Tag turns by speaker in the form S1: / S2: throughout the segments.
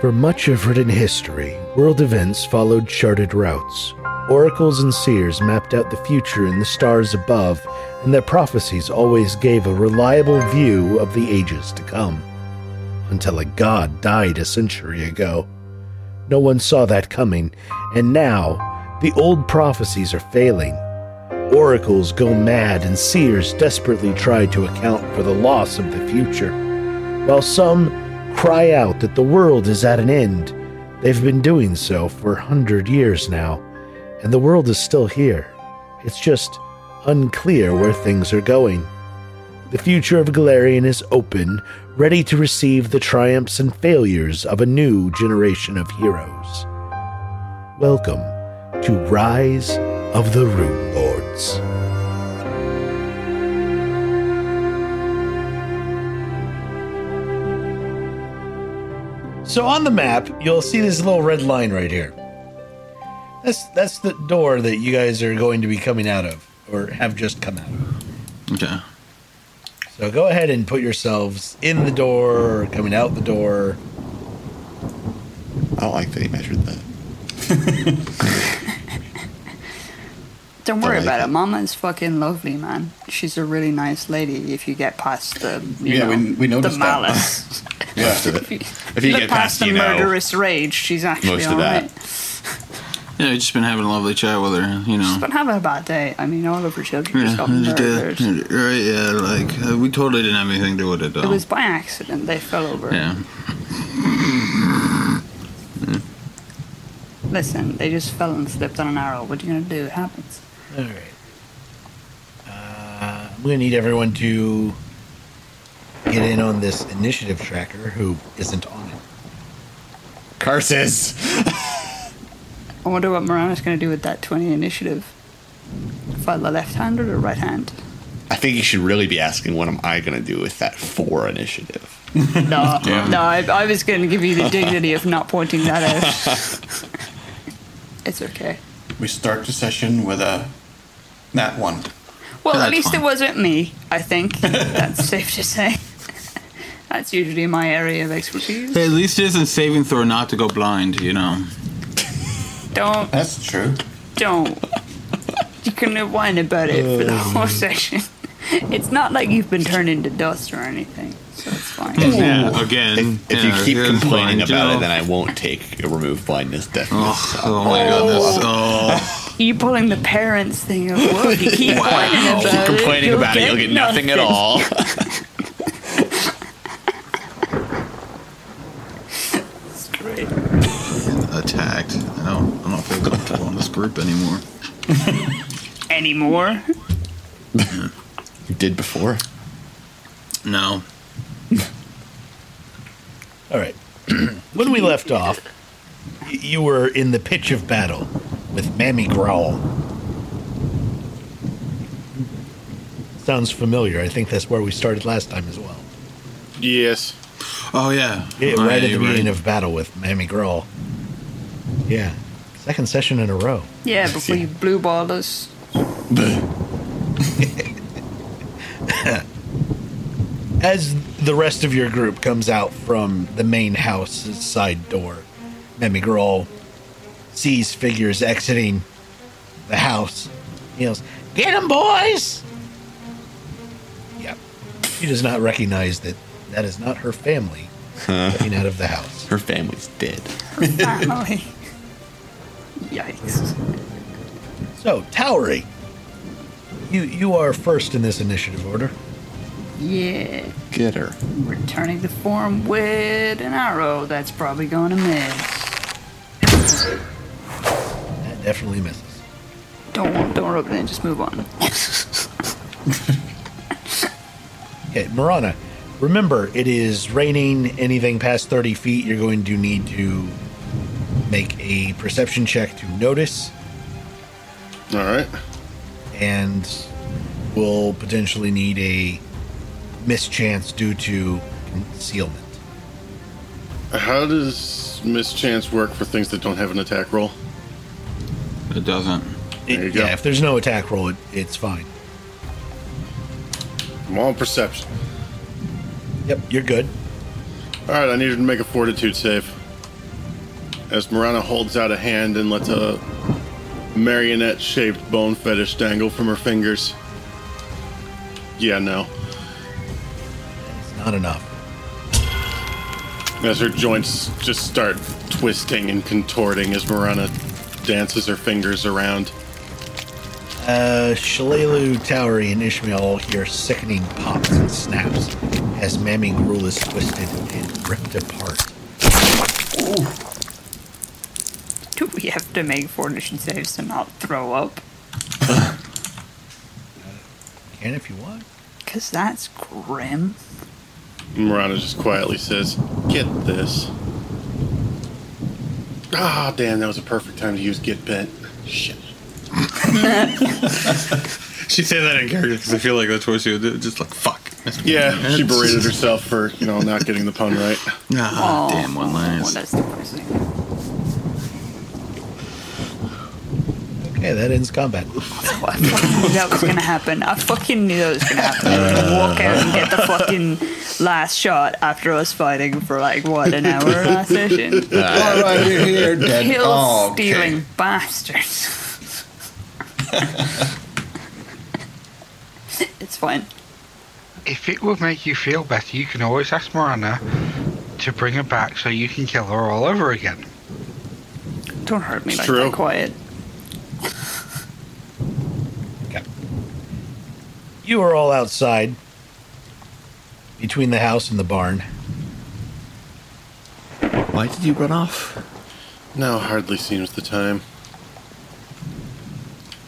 S1: For much of written history, world events followed charted routes. Oracles and seers mapped out the future in the stars above, and their prophecies always gave a reliable view of the ages to come. Until a god died a century ago. No one saw that coming, and now the old prophecies are failing. Oracles go mad, and seers desperately try to account for the loss of the future. While some cry out that the world is at an end, they've been doing so for a hundred years now, and the world is still here. It's just unclear where things are going. The future of Galarian is open, ready to receive the triumphs and failures of a new generation of heroes. Welcome to Rise of the Rune Lords. So on the map, you'll see this little red line right here. That's that's the door that you guys are going to be coming out of, or have just come out of.
S2: Okay.
S1: So go ahead and put yourselves in the door, or coming out the door.
S3: I don't like that he measured that.
S4: Don't worry
S3: like
S4: about
S3: it.
S4: it. Mama's fucking lovely, man. She's a really nice lady. If you get past the you
S2: Yeah,
S4: know,
S2: we- we noticed
S4: the
S2: that.
S4: malice.
S3: Yeah.
S4: if you,
S2: you
S4: look
S2: get past,
S4: past, the
S2: you know,
S4: murderous rage, she's actually
S3: most of
S4: all
S3: that.
S4: right.
S2: Yeah, I've just been having a lovely chat with her, you know.
S4: But having a bad day. I mean, all of her children
S2: Yeah, uh,
S4: just got murdered.
S2: yeah, right, yeah, like, uh, we totally didn't have anything to do with it, though.
S4: It was by accident. They fell over.
S2: yeah.
S4: Listen, they just fell and slipped on an arrow. What are you gonna do? It happens.
S1: All right. Uh, I'm gonna need everyone to get in on this initiative tracker. Who isn't on it?
S3: Curses!
S4: I wonder what Morano's gonna do with that 20 initiative. File the left hand or the right hand?
S3: I think you should really be asking what am I going to do with that four initiative?
S4: No,
S2: Yeah.
S4: no, I, I was going to give you the dignity of not pointing that out. it's okay.
S5: We start the session with a nat one.
S4: Well,
S2: That's
S4: at least
S2: fine.
S4: it wasn't me, I think. That's safe to say. That's usually my area of expertise.
S2: Hey, at least it isn't saving Thor not to go blind, you know.
S4: Don't,
S5: That's true.
S4: don't. You can whine about it for
S3: Oh.
S4: the whole session. It's not like you've been turned into dust or anything, so it's
S3: Hmm.
S4: fine.
S2: Yeah, again.
S3: If, if
S2: yeah,
S3: you keep
S2: yeah, it's
S3: complaining
S2: blind, you
S3: about
S2: know.
S3: it, then I won't take a remove blindness death.
S2: Oh, oh my goodness. Oh.
S4: You pulling the parents thing of work. You keep whining about
S3: Keep
S4: it.
S3: complaining about it, you'll get nothing at all.
S4: It's great.
S2: Oh, Attacked. I don't, I don't feel comfortable in this group anymore.
S4: Anymore?
S3: you did before.
S2: No.
S1: All right. when we left off, y- you were in the pitch of battle with Mammy Growl. Sounds familiar. I think that's where we started last time as well.
S6: Yes.
S2: Oh, yeah.
S1: Yeah, right, at the
S2: you're
S1: beginning of battle with Mammy Growl. Yeah. Second session in a row.
S4: Yeah, before you blue ball us.
S1: As the rest of your group comes out from the main house's side door, Mammy Growl sees figures exiting the house. He yells, Get 'em, boys! Yeah. She does not recognize that that is not her family coming out of the house.
S3: Her family's dead.
S4: Finally. Yikes.
S1: So, Towery, you, you are first in this initiative order.
S4: Yeah.
S3: Get her.
S4: Returning the form with an arrow that's probably going to miss.
S1: That definitely misses.
S4: Don't don't rub it in, just move on.
S1: Okay, Marana, remember it is raining. Anything past 30 feet, you're going to need to make a perception check to notice,
S6: All right.
S1: and will potentially need a mischance due to concealment.
S6: How does mischance work for things that don't have an attack roll?
S2: It doesn't.
S6: There you go.
S1: Yeah, if there's no attack roll, it, it's fine.
S6: I'm on perception.
S1: Yep, you're good.
S6: All right, I needed to make a fortitude save. as Morana holds out a hand and lets a marionette shaped bone fetish dangle from her fingers. Yeah, no.
S1: Not enough.
S6: As her joints just start twisting and contorting as Morana dances her fingers around.
S1: Uh, Shalelu, Towery, and Ishmael hear sickening pops and snaps as Mammy Gruel is twisted and ripped apart.
S4: Do we have to make fortitude saves to not throw up?
S1: Can if you want.
S4: Because that's grim.
S6: Morana just quietly says, Get this. Ah, damn, that was a perfect time to use Get Bent. Shit.
S2: She said that in character because I feel like that's what she would do. Just like fuck.
S6: Yeah, she berated herself for, you know, not getting the pun right.
S2: Ah,
S4: Aw.
S2: damn one
S4: Oh,
S2: last.
S4: that's depressing.
S1: Okay, that ends combat.
S4: I fucking knew that was gonna happen. I fucking knew that was gonna happen. I was gonna walk out and get the fucking last shot after us fighting for like what an hour last session.
S7: All right, you're here, dead.
S4: Hill
S7: Oh, okay.
S4: stealing bastards. it's fine.
S8: If it would make you feel better, you can always ask Morana to bring her back so you can kill her all over again.
S4: Don't hurt me
S6: It's
S4: like
S6: true.
S4: that. Quiet.
S1: You are all outside between the house and the barn.
S3: Why did you run off?
S6: Now hardly seems the time.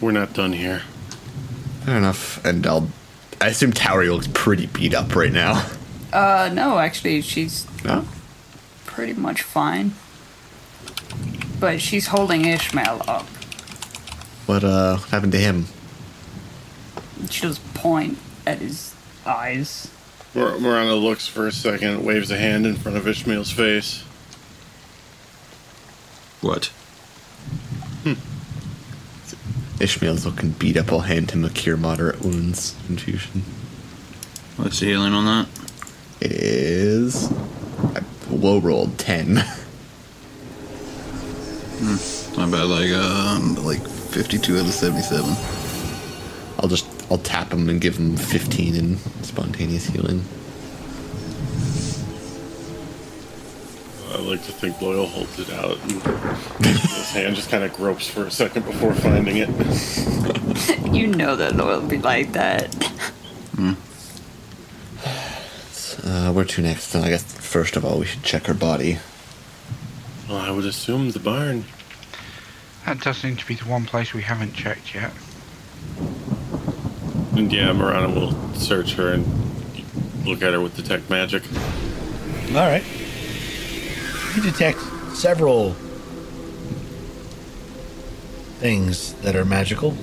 S6: We're not done here.
S3: Fair enough. And I'll. I assume Towery looks pretty beat up right now.
S4: Uh, no, actually, she's
S3: No.
S4: pretty much fine. But she's holding Ishmael up.
S3: What uh happened to him?
S4: She does point at his eyes.
S6: Mor- Morana looks for a second, waves a hand in front of Ishmael's face.
S2: What?
S3: Ishmael's looking beat up. I'll hand him a cure moderate wounds infusion.
S2: What's the healing on that?
S3: It is I low rolled ten.
S2: I'm about like um like 52 out of 77.
S3: I'll just I'll tap him and give him fifteen in spontaneous healing.
S6: I like to think Loyal holds it out, and his hand just kind of gropes for a second before finding it.
S4: You know that Loyal be like that.
S3: Uh, where to next? Then I guess first of all we should check her body.
S6: Well, I would assume the barn.
S8: That does seem to be the one place we haven't checked yet.
S6: And yeah, Morana will search her and look at her with detect magic.
S1: All right. You detect several things that are magical.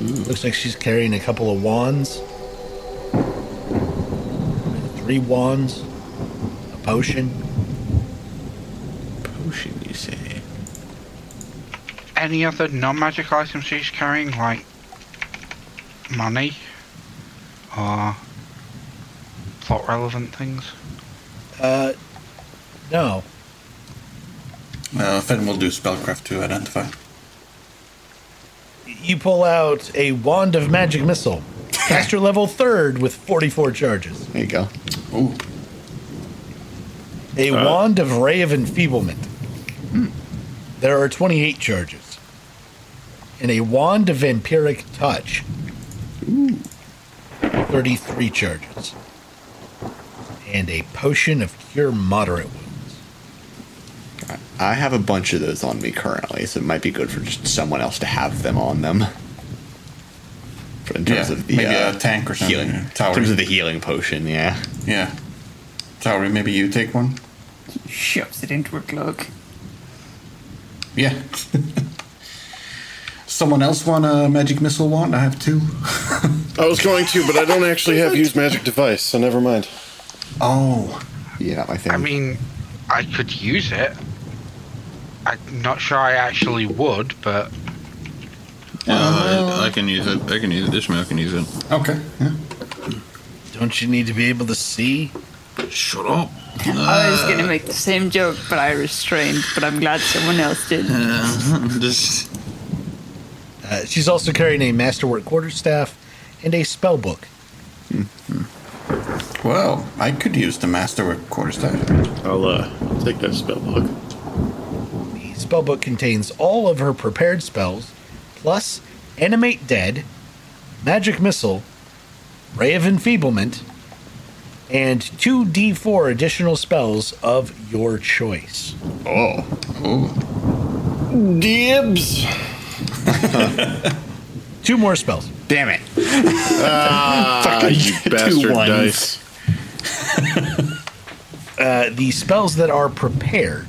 S1: Looks like she's carrying a couple of wands, three wands, a potion.
S3: Potion, you say?
S8: Any other non-magic items she's carrying, like money or plot-relevant things?
S1: Uh, no.
S5: Uh, Finn will do spellcraft to identify.
S1: You pull out a wand of magic missile, caster level third with 44 charges.
S3: There you go.
S5: Ooh,
S1: A
S6: Uh.
S1: wand of ray of enfeeblement. There are 28 charges. And a wand of vampiric touch. 33 charges. And a potion of cure moderate wounds.
S3: I have a bunch of those on me currently, so it might be good for just someone else to have them on them. For- In terms
S5: Yeah,
S3: of the
S5: maybe
S3: uh,
S5: a tank or something,
S3: healing.
S5: yeah,
S3: In
S5: tower.
S3: terms of the healing potion, yeah.
S5: yeah. Sorry, maybe you take one?
S4: Shoves it into a cloak.
S5: Yeah. Someone else want a magic missile wand? I have two.
S6: I was going to, but I don't actually have used magic device, so never mind.
S5: Oh.
S3: Yeah, not my thing.
S8: I mean, I could use it. I'm not sure I actually would, but
S2: Yeah, I, I can use it. I can use it. Ishmael can use it.
S5: Okay. Yeah.
S1: Don't you need to be able to see?
S2: Shut up.
S4: I was gonna make the same joke, but I restrained. But I'm glad someone else did.
S2: Uh, just
S1: Uh, she's also carrying a masterwork quarterstaff and a spell book.
S5: Well, I could use the master quarterstaff.
S6: I'll uh, take that spell book.
S1: The spellbook contains all of her prepared spells, plus Animate Dead, Magic Missile, Ray of Enfeeblement, and 2d4 additional spells of your choice.
S3: Dibs.
S1: Two more spells.
S3: Damn it.
S6: Ah, you
S3: two
S6: bastard
S3: ones.
S6: dice.
S1: Uh, the spells that are prepared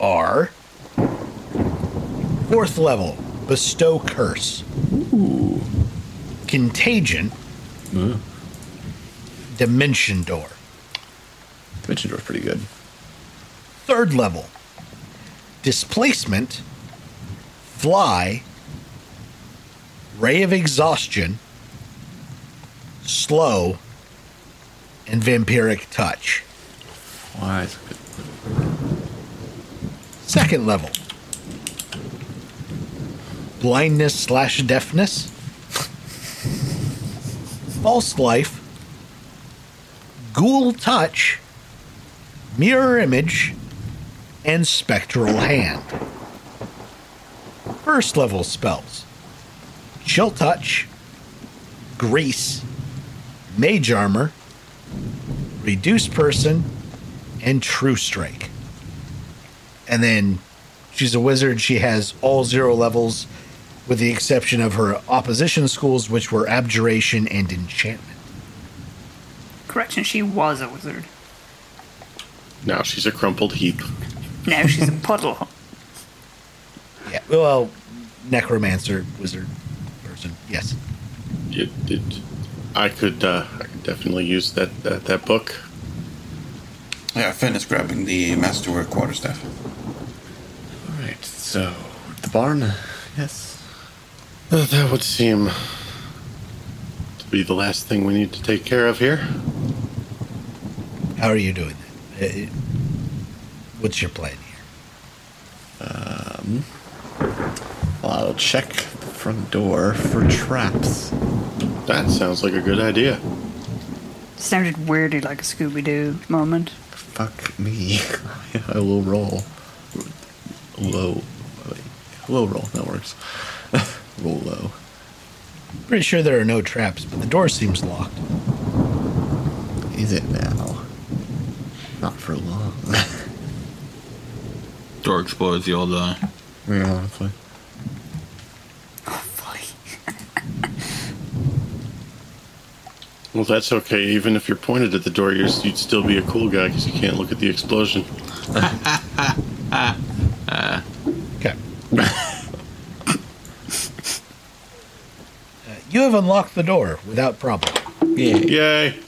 S1: are fourth level bestow curse contagion dimension door
S3: Dimension door's pretty good.
S1: third level displacement fly ray of exhaustion slow and vampiric touch
S3: Why? is it good?
S1: Second level. Blindness slash deafness. False life. Ghoul touch. Mirror image. And spectral hand. First level spells. Chill touch. Grease. Mage armor. Reduce person. And true strike and then she's a wizard. She has all zero levels, with the exception of her opposition schools, which were abjuration and enchantment.
S4: Correction, she was a wizard.
S6: Now she's a crumpled heap.
S4: Now she's a puddle.
S1: Yeah. Well, necromancer, wizard, person. Yes.
S6: It, it, I could, uh, I could definitely use that that, that book.
S5: Yeah, Finn is grabbing the masterwork quarterstaff.
S3: All right. So the barn. Yes.
S6: Uh, that would seem to be the last thing we need to take care of here.
S1: How are you doing? That? Uh, What's your plan here?
S3: Well, I'll check the front door for traps.
S6: That sounds like a good idea.
S4: Sounded weirdly like a Scooby Doo moment.
S3: Fuck me. I will roll. Low. Wait, Low roll. That works. roll low.
S1: Pretty sure there are no traps, but the door seems locked.
S3: Is it now? Not for long.
S2: door explodes, you all die.
S3: yeah, honestly.
S4: Fully.
S6: Well, that's okay. Even if you're pointed at the door, you're, you'd still be a cool guy because you can't look at the explosion.
S1: Okay. Uh, You have unlocked the door without problem.
S3: Yeah.
S6: Yay!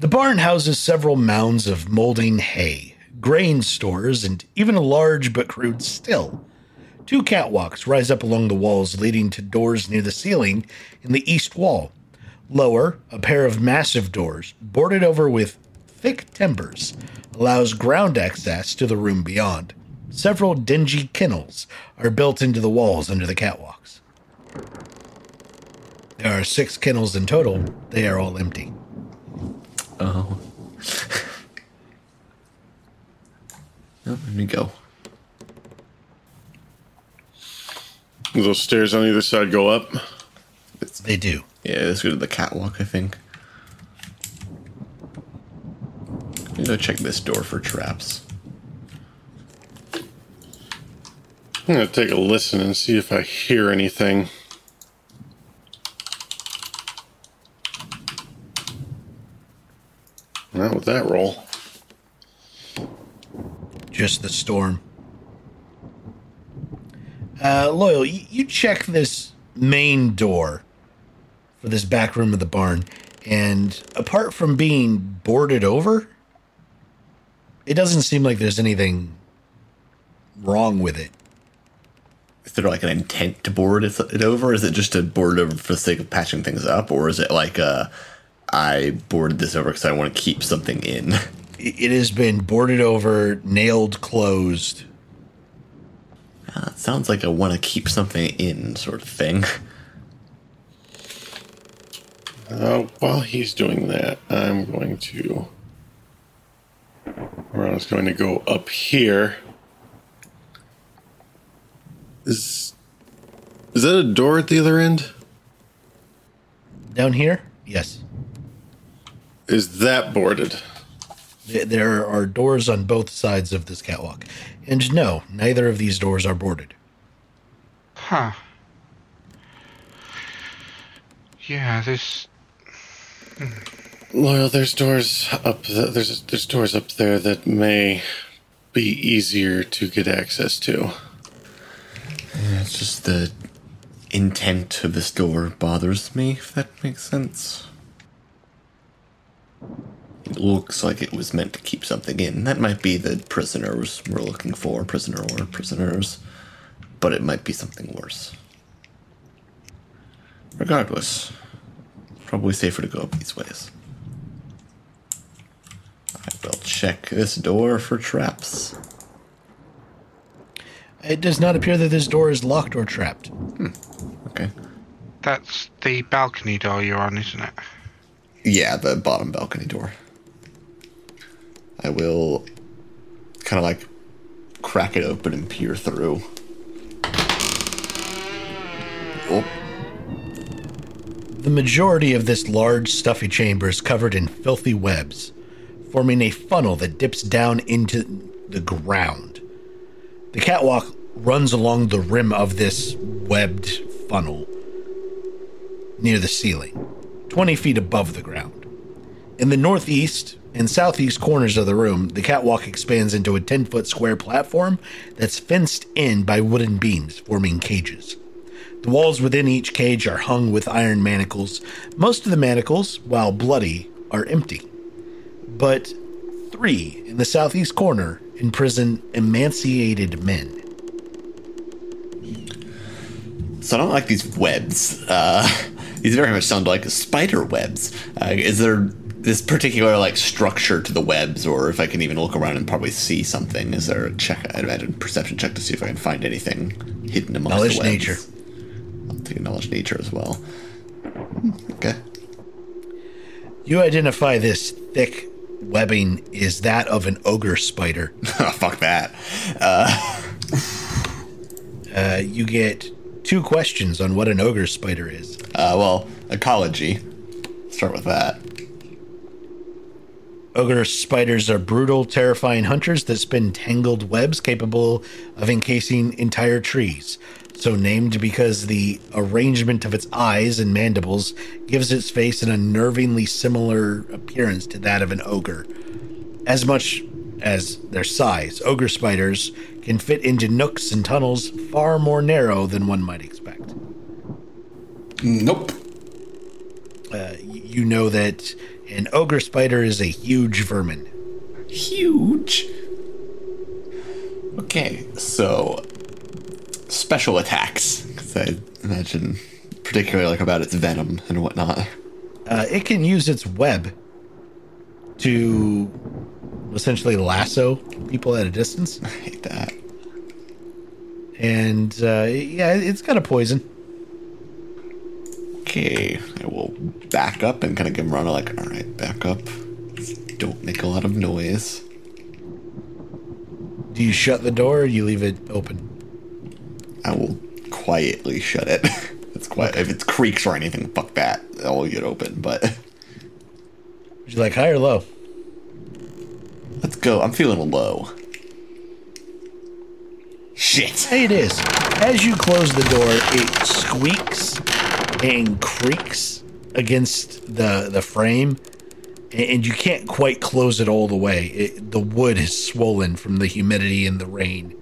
S1: The barn houses several mounds of molding hay, grain stores, and even a large but crude still. Two catwalks rise up along the walls, leading to doors near the ceiling in the east wall. Lower, a pair of massive doors, boarded over with thick timbers, allows ground access to the room beyond. Several dingy kennels are built into the walls under the catwalks. There are six kennels in total, they are all empty.
S3: Oh. oh, let me go.
S6: Those stairs on either side go up.
S1: They do.
S3: Yeah, let's go to the catwalk, I think. Let me go check this door for traps.
S6: I'm gonna take a listen and see if I hear anything. Not with that roll.
S1: just the storm. Uh, Loyal, y- you check this main door for this back room of the barn, and apart from being boarded over, it doesn't seem like there's anything wrong with it.
S3: is there like an intent to board it it over? Is it just to board it over for the sake of patching things up, or is it like uh, I boarded this over because I want to keep something in?
S9: It has been boarded over, nailed closed.
S3: That sounds like I want to keep something in sort of thing.
S6: Uh, while he's doing that, I'm going to. Morano's going to go up here. Is is that a door at the other end?
S1: Down here? Yes.
S6: Is that boarded?
S1: Th- There are doors on both sides of this catwalk. And no, neither of these doors are boarded.
S8: Huh. Yeah, this.
S6: Loyal, there's doors up. The, there's there's doors up there that may be easier to get access to.
S3: It's just the intent of this door bothers me, if that makes sense. It looks like it was meant to keep something in. That might be the prisoners we're looking for, prisoner or prisoners, but it might be something worse. Regardless, probably safer to go up these ways. I will check this door for traps.
S1: It does not appear that this door is locked or trapped.
S3: Okay.
S8: That's the balcony door you're on, isn't it?
S3: Yeah, the bottom balcony door. I will kind of like crack it open and peer through. Oh,
S1: The majority of this large, stuffy chamber is covered in filthy webs, forming a funnel that dips down into the ground. The catwalk runs along the rim of this webbed funnel near the ceiling, 20 feet above the ground. In the northeast and southeast corners of the room, the catwalk expands into a 10 foot square platform that's fenced in by wooden beams, forming cages. The walls within each cage are hung with iron manacles. Most of the manacles, while bloody, are empty. But three in the southeast corner imprison emaciated men.
S3: so I don't like these webs. Uh, these very much sound like spider webs. Uh, is there this particular like structure to the webs, or if I can even look around and probably see something? Is there a check? I'd imagine perception check to see if I can find anything hidden amongst
S1: Knowledge
S3: the webs.
S1: nature.
S3: I'll take knowledge nature as well. Hmm, Okay.
S1: You identify this thick webbing is that of an ogre spider.
S3: Oh, fuck that.
S1: Uh, you get two questions on what an ogre spider is.
S3: Uh, well, ecology. Start with that.
S1: Ogre spiders are brutal, terrifying hunters that spin tangled webs capable of encasing entire trees. So named because the arrangement of its eyes and mandibles gives its face an unnervingly similar appearance to that of an ogre. As much as their size, ogre spiders can fit into nooks and tunnels far more narrow than one might expect.
S10: Nope.
S1: Uh, y- you know that an ogre spider is a huge vermin.
S3: Huge. Okay, so special attacks. 'cause I imagine, particularly like about its venom and whatnot.
S1: uh, it can use its web to essentially lasso people at a distance.
S3: I hate that.
S1: And uh, yeah, it's got a poison.
S3: Okay, I will back up and kind of give Rana like, all right, back up. Don't make a lot of noise.
S1: Do you shut the door or you leave it open?
S3: I will quietly shut it. it's quiet. If it creaks or anything, fuck that. I'll get open. But
S1: Would you like high or low?
S3: let's go. I'm feeling low. Shit.
S1: Hey, it is. As you close the door, it squeaks and creaks against the the frame, a- and you can't quite close it all the way. It, the wood is swollen from the humidity and the rain.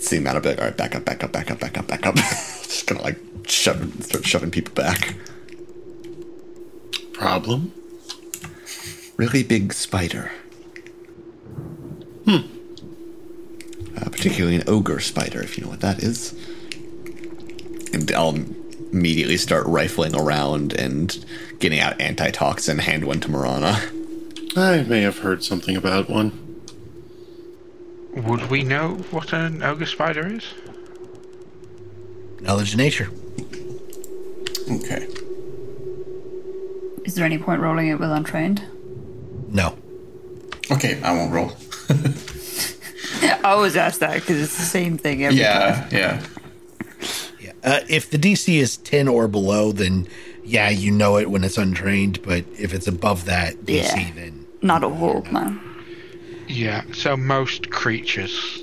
S3: See him out of bed. All right, back up, back up, back up, back up, back up. Just gonna like shove, start shoving people back.
S6: Problem?
S3: Really big spider. Hmm. Uh, but particularly an ogre spider, if you know what that is. And I'll immediately start rifling around and getting out antitoxin, and hand one to Marana.
S6: I may have heard something about one.
S8: Would we know what an ogre spider is?
S1: Knowledge of nature.
S5: Okay.
S4: Is there any point rolling it with untrained?
S1: No.
S5: Okay, I won't roll.
S4: I always ask that because it's the same thing every time.
S5: Yeah, yeah.
S1: Uh, if the DC is 10 or below, then yeah, you know it when it's untrained. But if it's above that DC,
S4: Yeah.
S1: then
S4: Not a hawk, man.
S8: Yeah, so most creatures,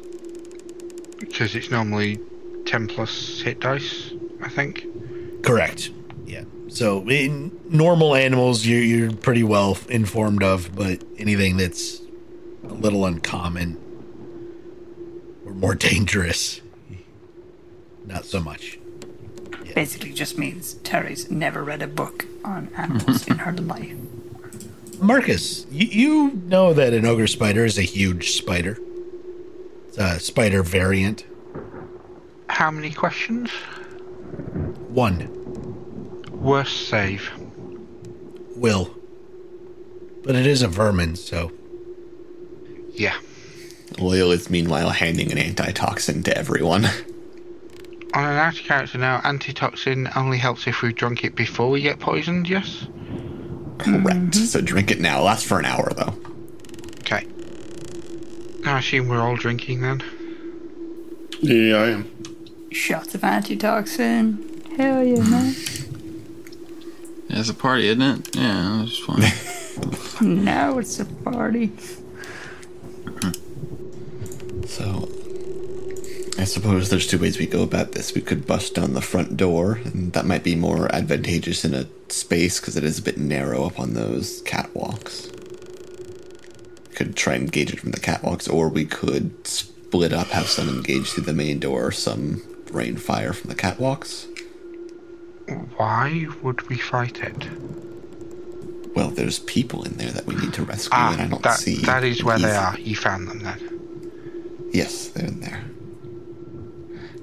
S8: because it's normally 10 plus hit dice, I think.
S1: correct. Yeah. So in normal animals, you're, you're pretty well informed of, but anything that's a little uncommon or more dangerous, not so much.
S4: Basically, just means Terry's never read a book on animals in her life.
S1: Marcus, you, you know that an ogre spider is a huge spider. It's a spider variant.
S8: How many questions?
S1: One
S8: Worst save.
S1: will. But it is a vermin, so
S8: Yeah.
S3: Loyal is meanwhile handing an antitoxin to everyone.
S8: On an out of character now, antitoxin only helps if we've drunk it before we get poisoned, yes?
S3: Correct. So drink it now. Lasts for an hour though.
S8: Okay. I assume we're all drinking then.
S6: Yeah, I am.
S4: Shots of antitoxin. Hell yeah, man.
S11: It's a party, isn't it? Yeah, that's fine.
S4: now it's a party.
S3: So I suppose there's two ways we go about this. We could bust down the front door, and that might be more advantageous in a space because it is a bit narrow up on those catwalks. Could try and engage it from the catwalks, or we could split up, have some engage through the main door, some rain fire from the catwalks.
S8: Why would we fight it?
S3: Well, there's people in there that we need to rescue, and I
S8: Ah,
S3: don't
S8: that,
S3: see.
S8: that is where they
S3: easy-
S8: are. You found them then.
S3: Yes, they're in there.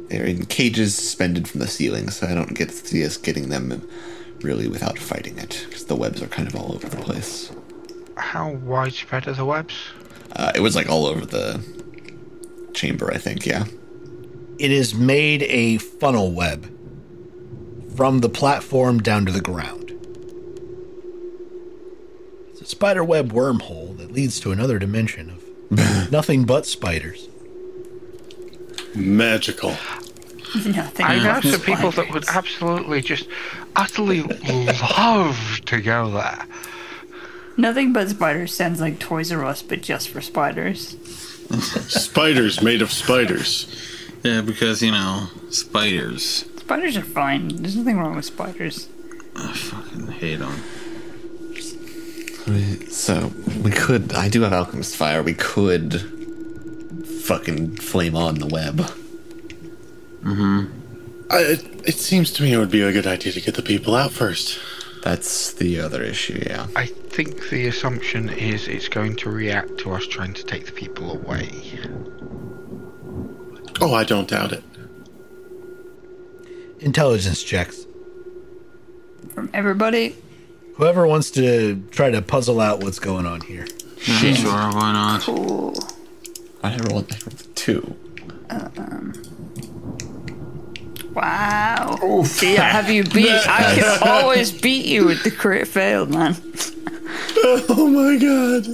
S3: They're in cages suspended from the ceiling, so I don't get to see us getting them really without fighting it, because the webs are kind of all over the place.
S8: How widespread are the webs?
S3: Uh, it was like all over the chamber, I think, yeah.
S1: it is made a funnel web from the platform down to the ground. It's a spider web wormhole that leads to another dimension of nothing but spiders.
S6: Magical.
S4: Nothing.
S8: I know
S4: but
S8: some people that
S4: spiders.
S8: would absolutely just utterly love to go there.
S4: Nothing but spiders sounds like Toys R Us, but just for spiders.
S6: Spiders made of spiders.
S11: yeah, because you know spiders.
S4: Spiders are fine. There's nothing wrong with spiders.
S11: I fucking hate them.
S3: So we could. I do have Alchemist Fire. We could fucking flame on the web.
S6: I, it, it seems to me it would be a good idea to get the people out first.
S3: That's the other issue, yeah.
S8: I think the assumption is it's going to react to us trying to take the people away.
S6: Oh, I don't doubt it.
S1: Intelligence checks.
S4: From everybody,
S1: Whoever wants to try to puzzle out what's going on here.
S11: Yeah, sure, why not?
S4: cool.
S3: I rolled I rolled a two.
S4: Wow. See, I have you beat. I can always beat you with the crit failed, man.
S6: Oh my god.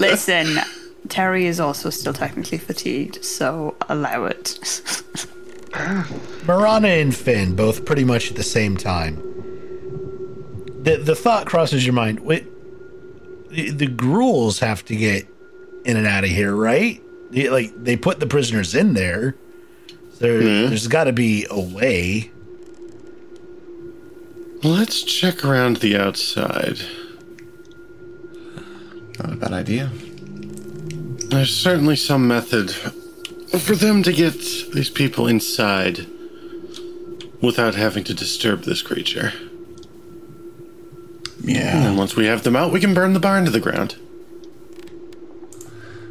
S4: Listen, Terry is also still technically fatigued, so allow it.
S1: Marana and Finn both pretty much at the same time. The the thought crosses your mind. Wait, the, the gruels have to get in and out of here, right? They- Like they put the prisoners in there. There, there's got to be a way.
S6: Let's check around the outside.
S3: Not a bad idea.
S6: There's certainly some method for them to get these people inside without having to disturb this creature. And
S5: Yeah.
S6: then once we have them out, we can burn the barn to the ground.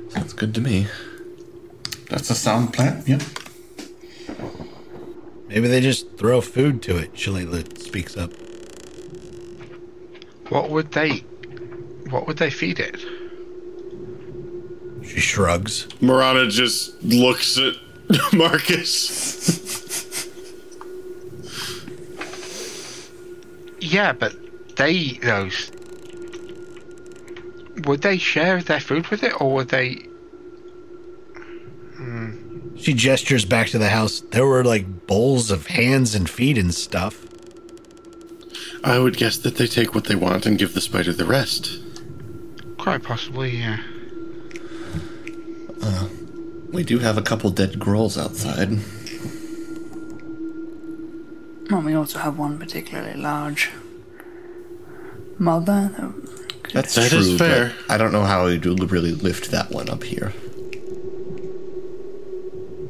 S3: Sounds good to me.
S5: That's a sound plan. Yep.
S1: Maybe they just throw food to it. Shalila speaks up.
S8: What would they? What would they feed it?
S1: She shrugs.
S6: Marana just looks at Marcus.
S8: Yeah, but they those would they share their food with it, or would they?
S1: She gestures back to the house. There were like bowls of hands and feet and stuff.
S6: I would guess that they take what they want and give the spider the rest.
S8: Quite possibly, yeah.
S3: We do have a couple dead girls outside.
S4: Well, we also have one particularly large mother. that-
S3: That's
S6: That
S3: true.
S6: is fair.
S3: But I don't know how we'd really lift that one up here.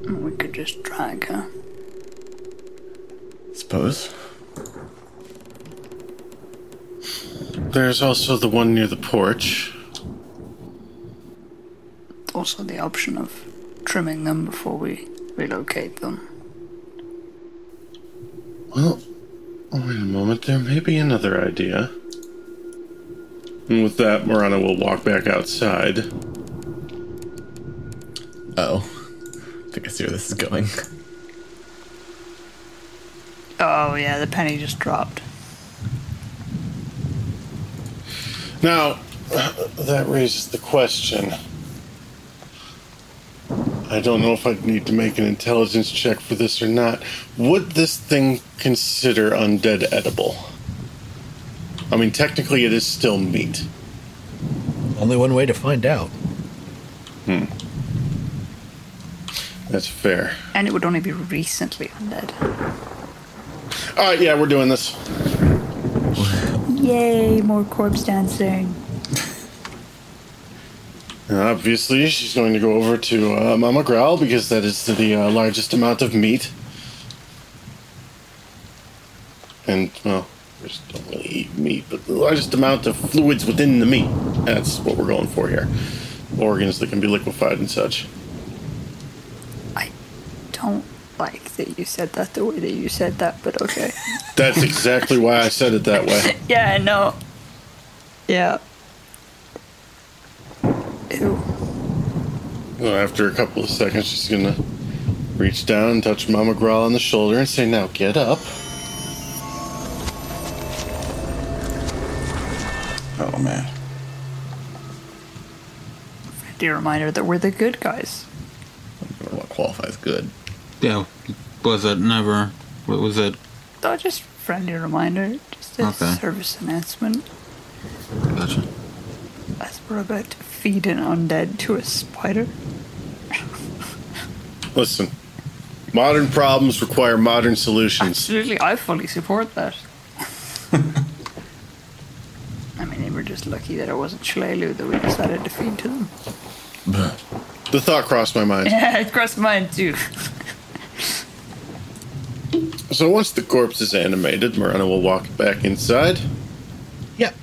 S4: We could just drag her.
S3: Suppose.
S6: There's also the one near the porch.
S4: Also, the option of trimming them before we relocate them.
S6: Well, oh, wait a moment. There may be another idea. And with that, Marana will walk back outside.
S3: Oh, I think I see where this is going.
S4: Oh yeah, the penny just dropped.
S6: Now, that raises the question. I don't know if I'd need to make an intelligence check for this or not. Would this thing consider undead edible? I mean, technically, it is still meat.
S1: Only one way to find out.
S6: That's fair.
S4: And it would only be recently undead.
S6: All right, yeah, we're doing this.
S4: Yay, more corpse dancing.
S6: And obviously, she's going to go over to uh, Mama Growl because that is the uh, largest amount of meat. And, well, we just don't really eat meat, but the largest amount of fluids within the meat. That's what we're going for here. Organs that can be liquefied and such.
S4: I don't like that you said that the way that you said that, but okay.
S6: That's exactly why I said it that way.
S4: yeah, I know. Yeah. Ew.
S6: Well, after a couple of seconds, she's going to reach down and touch Mama Growl on the shoulder and say, Now get up.
S5: Oh man.
S4: Dear reminder that we're the good guys.
S3: I don't know what qualifies good.
S2: Yeah, was it never? What was it?
S4: Oh, just friendly reminder, just a
S2: Okay.
S4: service announcement.
S2: Gotcha.
S4: As we're about to feed an undead to a spider.
S6: Listen, modern problems require modern solutions.
S4: Absolutely, I fully support that. I mean, they were just lucky that it wasn't Shalelu that we decided to feed to them.
S6: The thought crossed my mind.
S4: Yeah, it crossed mine too.
S6: So once the corpse is animated, Morana will walk back inside.
S1: Yeah.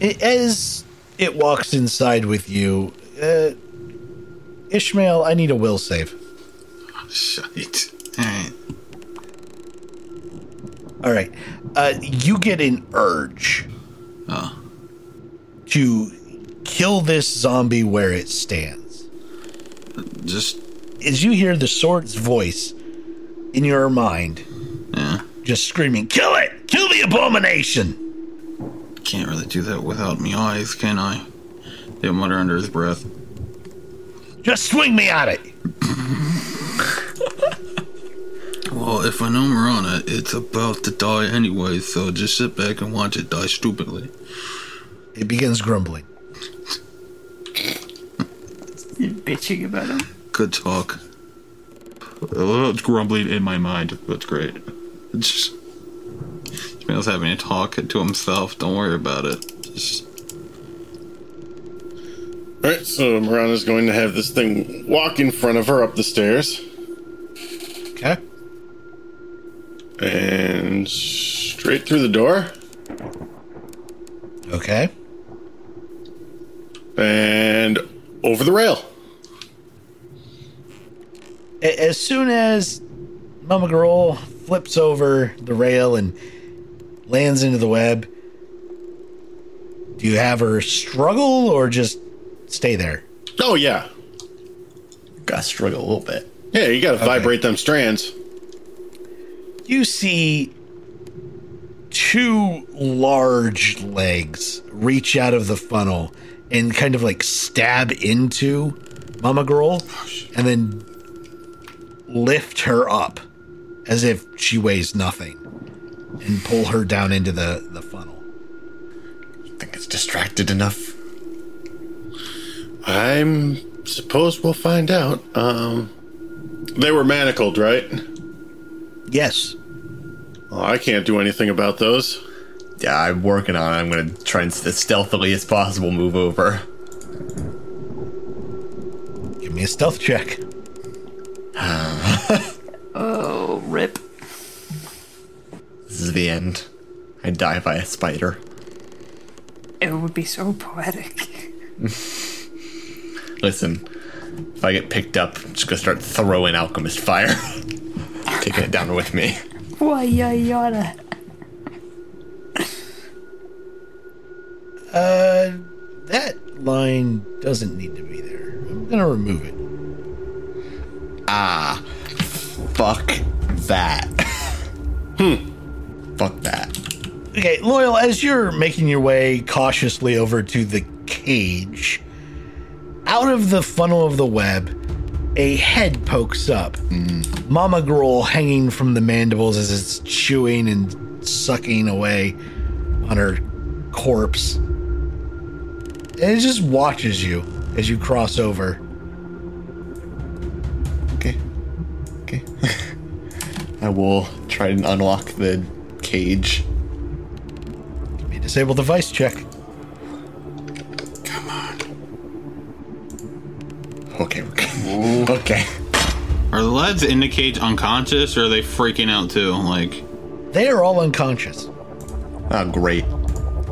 S1: It, as it walks inside with you, uh, Ishmael, I need a will save.
S5: Shite. All right.
S1: All right. Uh, you get an urge
S5: Oh.
S1: to kill this zombie where it stands.
S5: Just
S1: As you hear the sword's voice in your mind,
S5: yeah.
S1: just screaming, Kill it! Kill the abomination!
S5: Can't really do that without me eyes, can I? He'll mutter under his breath.
S1: Just swing me at it!
S5: Well, if I know Marana, it's about to die anyway, so just sit back and watch it die stupidly.
S1: It begins grumbling.
S4: you bitching about him.
S5: Good talk.
S2: Oh, it's grumbling in my mind. That's great.
S5: It's just. Smells having a talk to himself. Don't worry about it. Just
S6: Alright, so Morana's going to have this thing walk in front of her up the stairs.
S1: Okay.
S6: And straight through the door.
S1: Okay.
S6: And over the rail.
S1: a- as soon as Mama Girl flips over the rail and lands into the web, do you have her struggle or just stay there?
S6: Oh yeah,
S3: gotta struggle a little bit.
S6: Yeah, you gotta vibrate them strands.
S1: You see two large legs reach out of the funnel and kind of like stab into Mama Girl and then lift her up as if she weighs nothing and pull her down into the, the funnel.
S3: I think it's distracted enough.
S6: I'm suppose we'll find out. Um, they were manacled, right?
S1: Yes.
S6: Well, I can't do anything about those.
S3: Yeah, I'm working on it. I'm gonna try and as stealthily as possible move over.
S1: Give me a stealth check.
S4: Oh, rip.
S3: This is the end. I die by a spider.
S4: It would be so poetic.
S3: Listen, if I get picked up, I'm just gonna start throwing alchemist fire, taking it down with me.
S4: Why, yada, yada.
S1: Uh, that line doesn't need to be there. I'm gonna remove it.
S3: Ah, fuck that. hmm. Fuck that.
S1: Okay, Loyal, as you're making your way cautiously over to the cage, out of the funnel of the web, a head pokes up. Mama Growl hanging from the mandibles as it's chewing and sucking away on her corpse. And it just watches you as you cross over.
S3: Okay. Okay. I will try and unlock the cage.
S1: You disable device check.
S3: Okay, we're good. Okay.
S5: Are the lads in the cage unconscious or are they freaking out too? Like,
S1: They are all unconscious.
S3: Oh, great.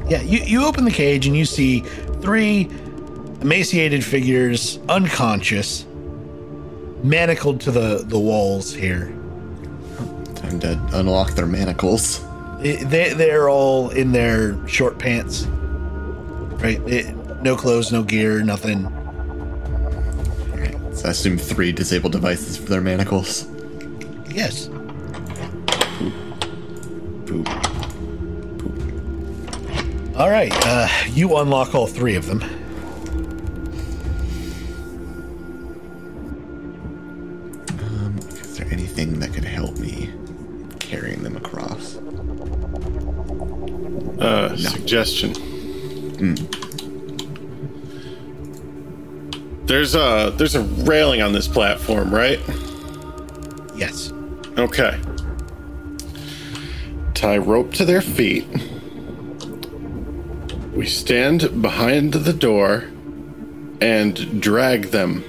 S1: Yeah, you, you open the cage and you see three emaciated figures, unconscious, manacled to the, the walls here.
S3: Time to unlock their manacles.
S1: I- They, they're all in their short pants, right? It- no clothes, no gear, nothing.
S3: Alright, so I assume three disabled devices for their manacles.
S1: Yes.
S3: Boop.
S1: All right, uh, you unlock all three of them.
S3: Um, is there anything that could help me carrying them across?
S6: Uh, Suggestion. There's a there's a railing on this platform, right?
S1: Yes.
S6: Okay. Tie rope to their feet. We stand behind the door and drag them.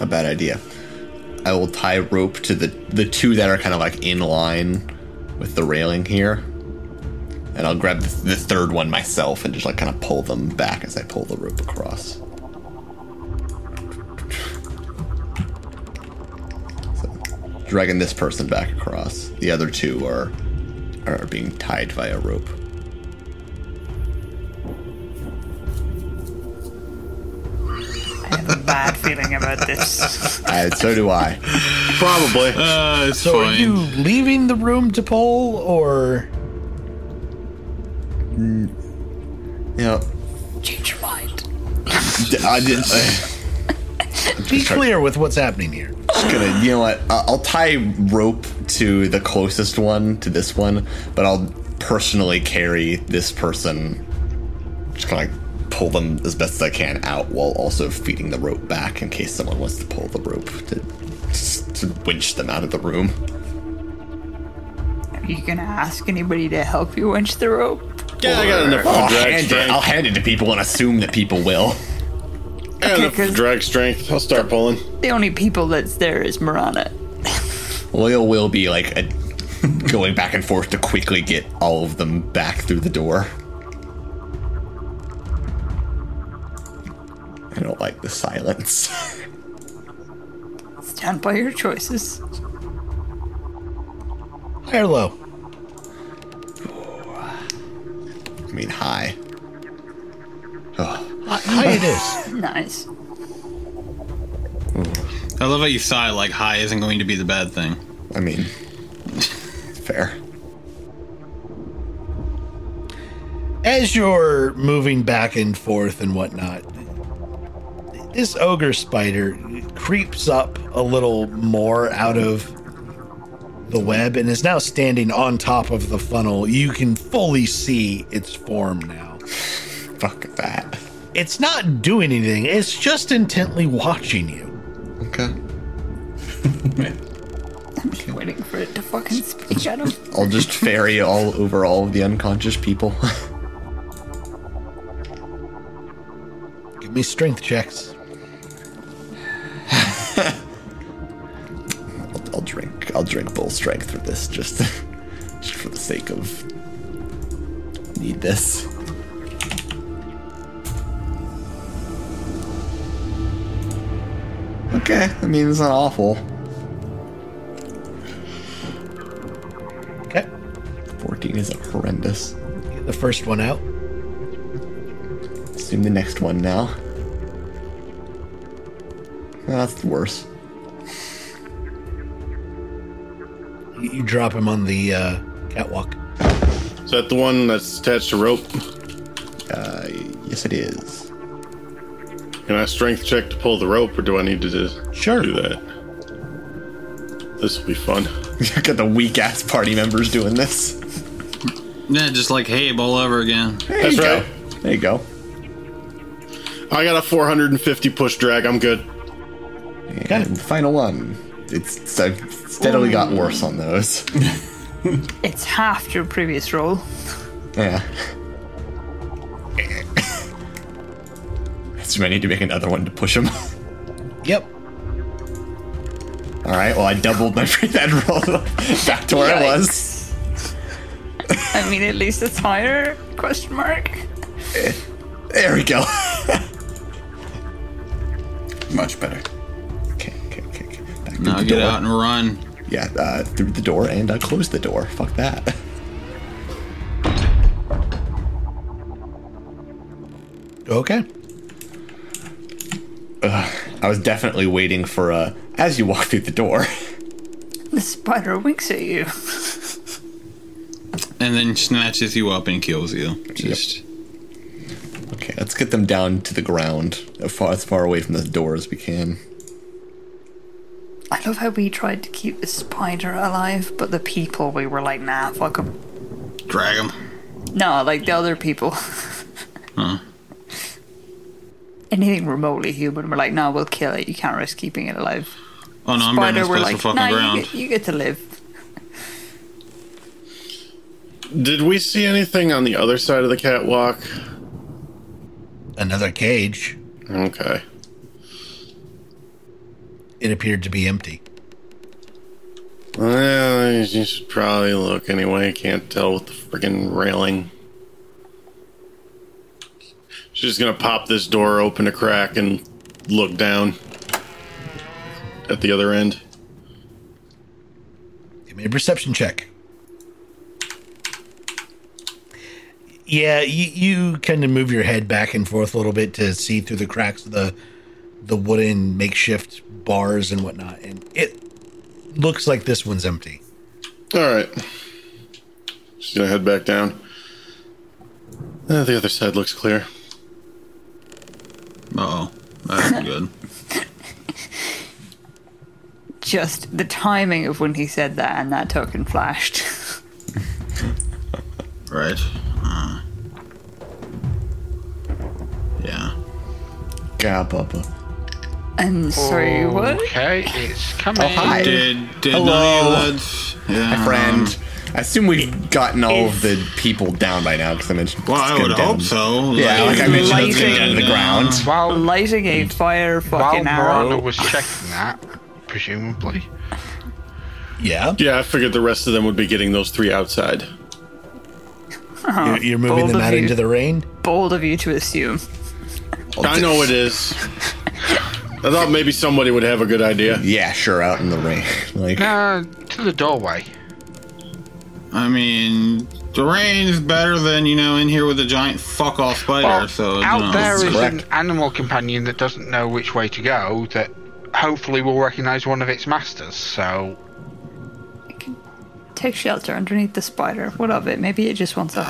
S3: A bad idea. I will tie rope to the the two that are kind of like in line with the railing here, and I'll grab the, the third one myself and just like kind of pull them back as I pull the rope across. So, dragging this person back across. The other two are are being tied via rope.
S4: Bad feeling about this.
S3: I, so do I.
S6: Probably.
S5: uh, it's
S1: So are
S5: fine.
S1: you leaving the room to pull, or
S3: Yeah.
S4: Change your mind.
S3: D- I did. I-
S1: be clear with what's happening here?
S3: gonna you know what I- i'll tie rope to the closest one to this one but i'll personally carry this person just kind of pull them as best as i can out while also feeding the rope back in case someone wants to pull the rope to, to winch them out of the room
S4: Are you gonna ask anybody to help you winch the rope?
S6: Yeah, I got enough
S3: I'll
S6: for drag
S3: hand, it, uh, I'll
S6: strength.
S3: hand it to people and assume that people will
S6: I got enough for
S4: 'cause-
S6: drag strength. I'll start pulling.
S4: The only people that's there is Marana.
S3: loyal will be like a, going back and forth to quickly get all of them back through the door I don't like the silence.
S4: Stand by your choices.
S1: High or low?
S3: I mean, high. Oh,
S1: Hi- High it is.
S4: Nice.
S5: I love how you sigh like high isn't going to be the bad thing.
S3: I mean, fair.
S1: as you're moving back and forth and whatnot, this ogre spider creeps up a little more out of the web and is now standing on top of the funnel. You can fully see its form now.
S3: Fuck that.
S1: It's not doing anything, it's just intently watching you.
S3: Okay.
S4: Waiting for it to fucking speak at him.
S3: I'll just ferry all over all of the unconscious people.
S1: Give me strength checks.
S3: I'll, I'll drink. I'll drink bull strength for this, just, just for the sake of need this. Okay, I mean it's not awful.
S1: Okay.
S3: Fourteen is horrendous.
S1: Get the first one out.
S3: Assume the next one now. No, that's worse.
S1: You you drop him on the uh, catwalk.
S6: Is that the one that's attached to rope?
S3: Uh, yes, it is.
S6: Can I strength check to pull the rope, or do I need to just
S1: Sure.
S6: do that? This will be fun.
S3: Got the weak ass party members doing this.
S5: Yeah, just like Habe all over again.
S3: There
S6: That's
S3: you
S6: right.
S3: Go. There you go.
S6: I got a 450 push drag. I'm good.
S3: And final one. It's, it's I've steadily got worse on those.
S4: It's half your previous roll.
S3: yeah. so I need to make another one to push them.
S1: Yep.
S3: All right. Well, I doubled my pre that roll back to where I was.
S4: I mean, at least it's higher? Question mark.
S3: There we go.
S11: Much better.
S3: okay, okay, okay, okay. Back through
S5: Now
S3: the
S5: get
S3: door.
S5: out and run.
S3: Yeah, uh, through the door and uh, close the door. Fuck that.
S1: Okay.
S3: I was definitely waiting for uh, as you walk through the door.
S4: The spider winks at you.
S5: And then snatches you up and kills you. Just
S3: Okay, let's get them down to the ground, as far, as far away from the door as we can.
S4: I love how we tried to keep the spider alive, but the people, we were like, nah, fuck 'em.
S5: drag him.
S4: No, like the other people. Anything remotely human, we're like, no, we'll kill it. You can't risk keeping it alive.
S5: Oh no, I'm burning
S4: Spider,
S5: this
S4: we're
S5: place to
S4: like,
S5: fucking
S4: nah, you
S5: ground.
S4: get, you get to live.
S6: Did we see anything on the other side of the catwalk?
S1: Another cage.
S6: Okay.
S1: It appeared to be empty.
S6: Well, you should probably look anyway. I can't tell with the friggin' railing. She's just gonna pop this door open a crack and look down at the other end.
S1: Give me a perception check. Yeah, you, you kind of move your head back and forth a little bit to see through the cracks of the the wooden makeshift bars and whatnot, and it looks like this one's empty.
S6: All right. She's gonna head back down. Uh, the other side looks clear.
S5: Uh oh. That's good.
S4: Just the timing of when he said that and that token flashed.
S5: Right. Uh, yeah.
S3: Gabba.
S4: I'm sorry, what?
S8: Okay, it's coming.
S3: hi.
S5: Did did
S3: Hello.
S12: Oh.
S5: none of you lads- yeah,
S3: My friend.
S5: um,
S3: I assume we've gotten all of
S4: Is-
S3: the people down by now because I mentioned.
S5: well, I
S3: let's
S5: would
S3: get 'em
S5: hope
S3: down.
S5: so. uh,
S3: Yeah, like I mentioned, let's get 'em down to the
S5: Yeah.
S3: ground.
S8: While,
S4: Lighting a fire
S8: while
S4: fucking
S8: Miranda
S4: arrow.
S8: was checking that, presumably.
S1: Yeah,
S6: Yeah, I figured the rest of them would be getting those three outside.
S1: you're, you're moving
S4: both
S1: them
S4: of
S1: out
S4: you.
S1: into the rain.
S4: Bold of you to assume.
S6: I know it is. I thought maybe somebody would have a good idea.
S3: Yeah, sure, out in the rain. Like,
S8: Uh, to the doorway.
S5: I mean, the rain is better than, you know, in here with a giant fuck off spider,
S8: Well,
S5: so.
S8: out
S5: no.
S8: there is
S3: um, correct.
S8: an animal companion that doesn't know which way to go. That hopefully will recognise one of its masters. So
S4: Take shelter underneath the spider. What of it? Maybe it just wants a
S1: Uh,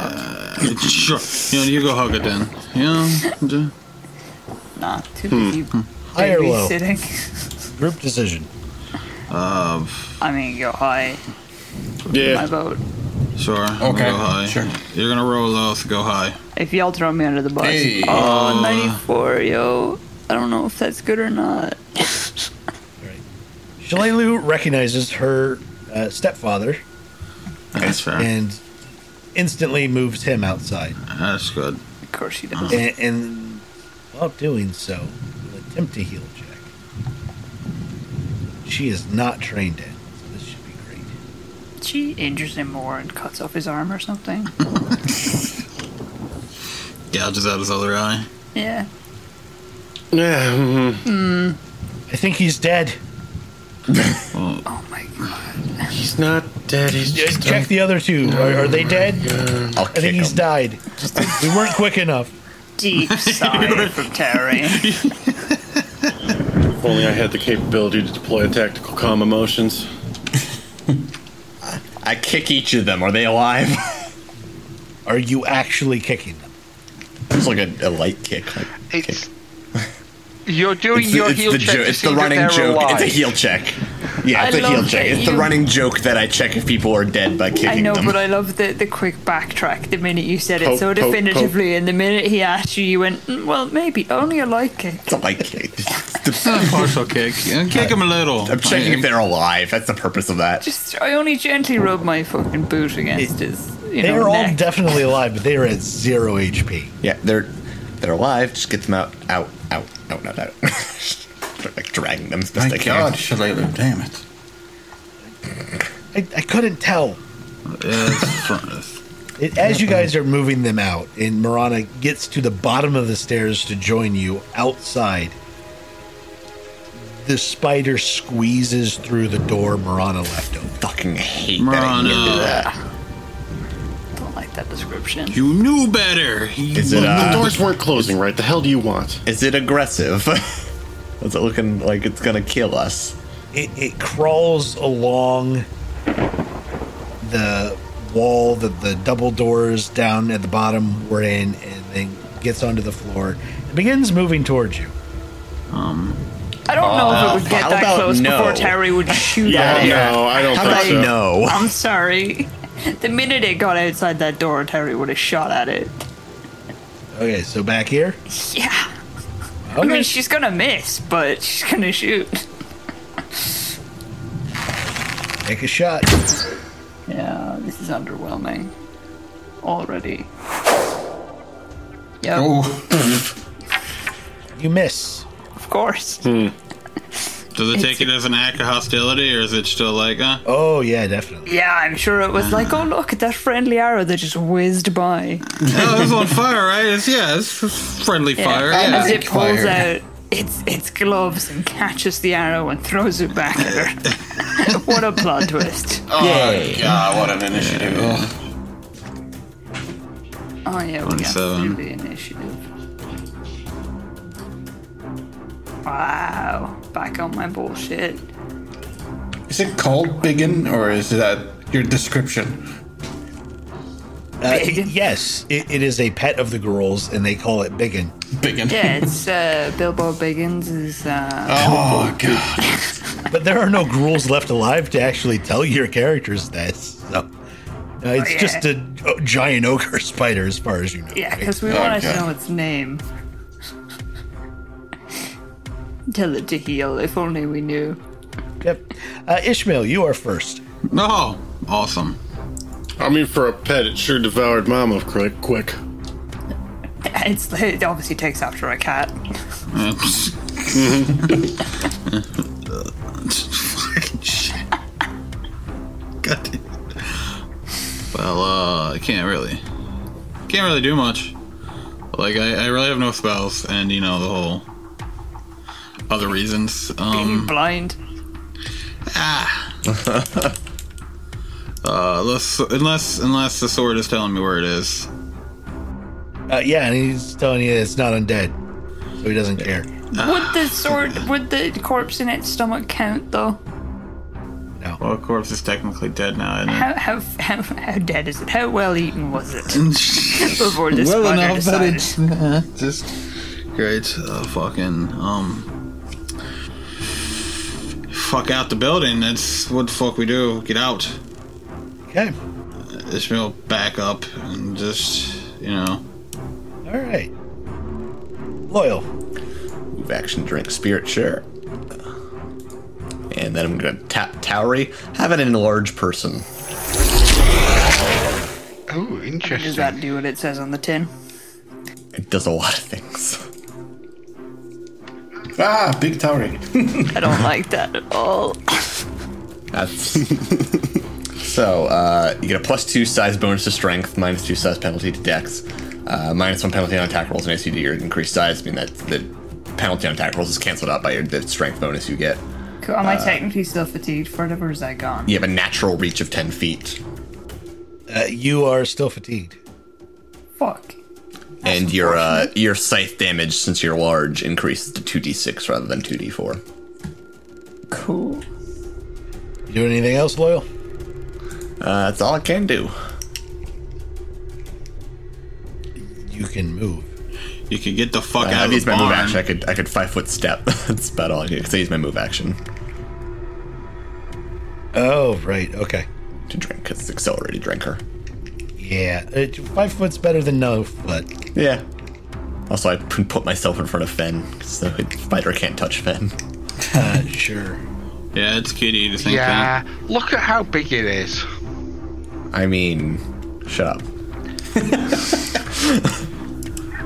S4: hug.
S5: Sure. You know, you go hug it then. You know?
S4: Nah, too busy
S1: High hmm. or low?
S4: babysitting.
S1: Group decision.
S5: Uh,
S4: I mean, go high. My
S6: Yeah.
S4: vote.
S5: sure.
S12: Okay,
S5: Go high.
S12: sure.
S5: You're gonna roll low, so go high.
S4: If y'all throw me under the bus.
S12: Hey.
S1: Uh.
S4: Oh, 94, yo. I don't know if that's good or not.
S1: Shalelu recognizes her uh, stepfather
S5: That's fair.
S1: and instantly moves him outside.
S5: That's good.
S4: Of course you
S5: Uh-huh.
S4: don't.
S1: And, and while doing so, will attempt to heal check. She is not trained in, so this should be great.
S4: She injures him more and cuts off his arm or something.
S5: Gouges out his other eye.
S4: Yeah.
S6: Yeah. mhm.
S1: I think he's dead.
S4: Oh my
S1: Hmm.
S4: god.
S6: He's not dead. He's
S1: Uh,
S6: just
S1: Check the other two. Are, are they dead?
S3: I'll
S1: I
S3: kick
S1: think he's
S3: 'em.
S1: died. We weren't quick enough.
S4: Deep sigh from Terry.
S6: If only I had the capability to deploy a tactical calm emotions.
S3: I kick each of them. Are they alive?
S1: Are you actually kicking them?
S3: it's like a, a light kick. Like,
S8: it's you're doing
S3: It's,
S8: your
S3: the, it's
S8: heel
S3: the
S8: check.
S3: jo-
S8: to
S3: it's
S8: see
S3: the
S8: that
S3: running
S8: they're
S3: joke.
S8: alive.
S3: It's a heel check. Yeah, it's
S4: I
S3: a heel
S4: love
S3: check.
S4: that
S3: It's the
S4: you-
S3: running joke that I check if people are dead by kicking
S4: I know,
S3: them.
S4: but I love the, the quick backtrack the minute you said it
S6: Poke,
S4: so
S6: poke, poke.
S4: definitively, and the minute he asked you, you went, "Mm, well, maybe, only a light kick.
S3: It's a light kick.
S5: It's not a partial kick. Yeah, Kick him a little.
S3: I'm checking if they're alive. That's the purpose of that.
S4: Just, I only gently rubbed my fucking boot against his, you
S1: They
S4: know,
S1: are all
S4: neck.
S1: definitely alive, but they are at zero HP.
S3: Yeah, they're they're alive. Just get them out, out, out, out, out, out. like dragging them as best
S12: My
S3: I can.
S12: God, Shalalu, damn it.
S1: I, I couldn't tell.
S5: Yeah, it's fun. It's-
S1: It, as you guys are moving them out, and Marana gets to the bottom of the stairs to join you outside, the spider squeezes through the door Marana left open.
S3: Fucking hate that. I can't do
S5: Marana,
S3: that.
S4: don't like that description.
S5: you knew better.
S3: Is it
S6: the
S3: uh,
S6: doors weren't closing, right? The hell do you want?
S3: is it aggressive? Is it looking like it's gonna kill us?
S1: It, it crawls along the wall that the double doors down at the bottom were in, and then gets onto the floor and begins moving towards you.
S4: I don't know if it would get
S3: how
S4: that
S3: about
S4: close
S3: no?
S4: before Terry would shoot at it.
S6: No, I don't
S3: How
S6: think
S3: about
S6: so.
S3: no?
S4: I'm sorry. The minute it got outside that door, Terry would have shot at it.
S1: Okay, so back here.
S4: Yeah. I
S1: Okay.
S4: mean, she's gonna miss, but she's gonna shoot.
S1: Make a shot.
S4: Yeah, this is underwhelming. Already. Yeah,
S12: Oh,
S1: You miss.
S4: of course.
S5: Does it take it as an act of hostility, or is it still like, uh,
S1: Oh yeah, definitely.
S4: Yeah, I'm sure it was like, oh look at that friendly arrow that just whizzed by.
S5: oh, it's on fire, right? It's, yeah, it's it's friendly fire. Yeah.
S4: As it pulls
S12: Fired.
S4: out its its gloves and catches the arrow and throws it back at her. what a plot twist.
S12: oh God, what an initiative.
S4: Oh yeah, we got
S5: 27.
S4: absolutely initiative. Wow, back on my bullshit.
S12: Is it called Biggin, or is that your description?
S1: Uh,
S4: Biggin.
S1: yes, it, it is a pet of the girls, and they call it Biggin.
S12: Biggin.
S4: Yeah, it's uh, Bilbo Baggins is. Uh,
S12: Oh God.
S1: But there are no ghouls left alive to actually tell your characters that. So uh, it's
S4: yeah.
S1: just a, o- giant ogre spider, as far as you know.
S4: yeah,
S1: right?
S4: because we wanted
S12: Okay.
S4: to know its name. Tell it to heal. If only we knew.
S1: Yep. Uh, Ishmael, you are first.
S5: Oh, awesome.
S6: I mean, for a pet, it sure devoured Mama quick. Quick.
S4: It's it obviously takes after a cat.
S5: Uh, Fucking shit. God damn it. Well, uh, I can't really, can't really do much. Like I, I really have no spells, and you know the whole other reasons. Um,
S4: blind.
S5: uh, unless Uh, unless unless the sword is telling me where it is.
S1: Uh, yeah, and he's telling you it's not undead, so he doesn't care.
S4: Would the sword, would the corpse in its stomach count though?
S5: Well, of course, it's technically dead now. Isn't it?
S4: How how how, how dead is it? How well eaten was it? Before this
S5: well
S4: spider
S5: enough that
S4: decided.
S5: it's nah, just great. Uh, fucking um, fuck out the building. That's what the fuck we do. Get out.
S1: Okay.
S5: Ishmael, back up and just you know.
S1: All right. Loyal.
S3: Move action, drink, spirit, share. And then I'm going to tap Towery. Have an enlarge person.
S8: Oh, interesting.
S4: Does that do what it says on the tin?
S3: It does a lot of things.
S12: Ah, big towering.
S4: I don't like that at all.
S3: That's. so, uh, you get a plus two size bonus to strength, minus two size penalty to dex, uh, minus one penalty on attack rolls and AC to your increased size. I mean, that the penalty on attack rolls is canceled out by your the strength bonus you get.
S4: Cool.
S1: Uh,
S4: Am I technically still fatigued for it, or is that gone?
S3: You have a natural reach of 10 feet,
S1: Uh, you are still fatigued.
S4: Fuck.
S3: and your uh, your scythe damage, since you're large, increases to 2d6 rather than 2d4.
S4: Cool.
S1: You doing anything else, Loyal?
S3: Uh, that's all I can do.
S1: You can move.
S5: You can get the fuck
S3: Uh,
S5: out
S3: I've
S5: of the
S3: used my move
S5: barn.
S3: action. I could I could five foot step. That's about all I do because I use my move action
S1: Oh, right. Okay.
S3: to drink because it's accelerated drinker.
S1: Yeah. It, five foot's better than no foot.
S3: Yeah. Also, I p- put myself in front of Fen so the spider can't touch Fen.
S1: Uh, sure.
S5: Yeah, it's kitty to think
S8: Yeah, look at how big it is.
S3: I mean, shut up.
S5: that.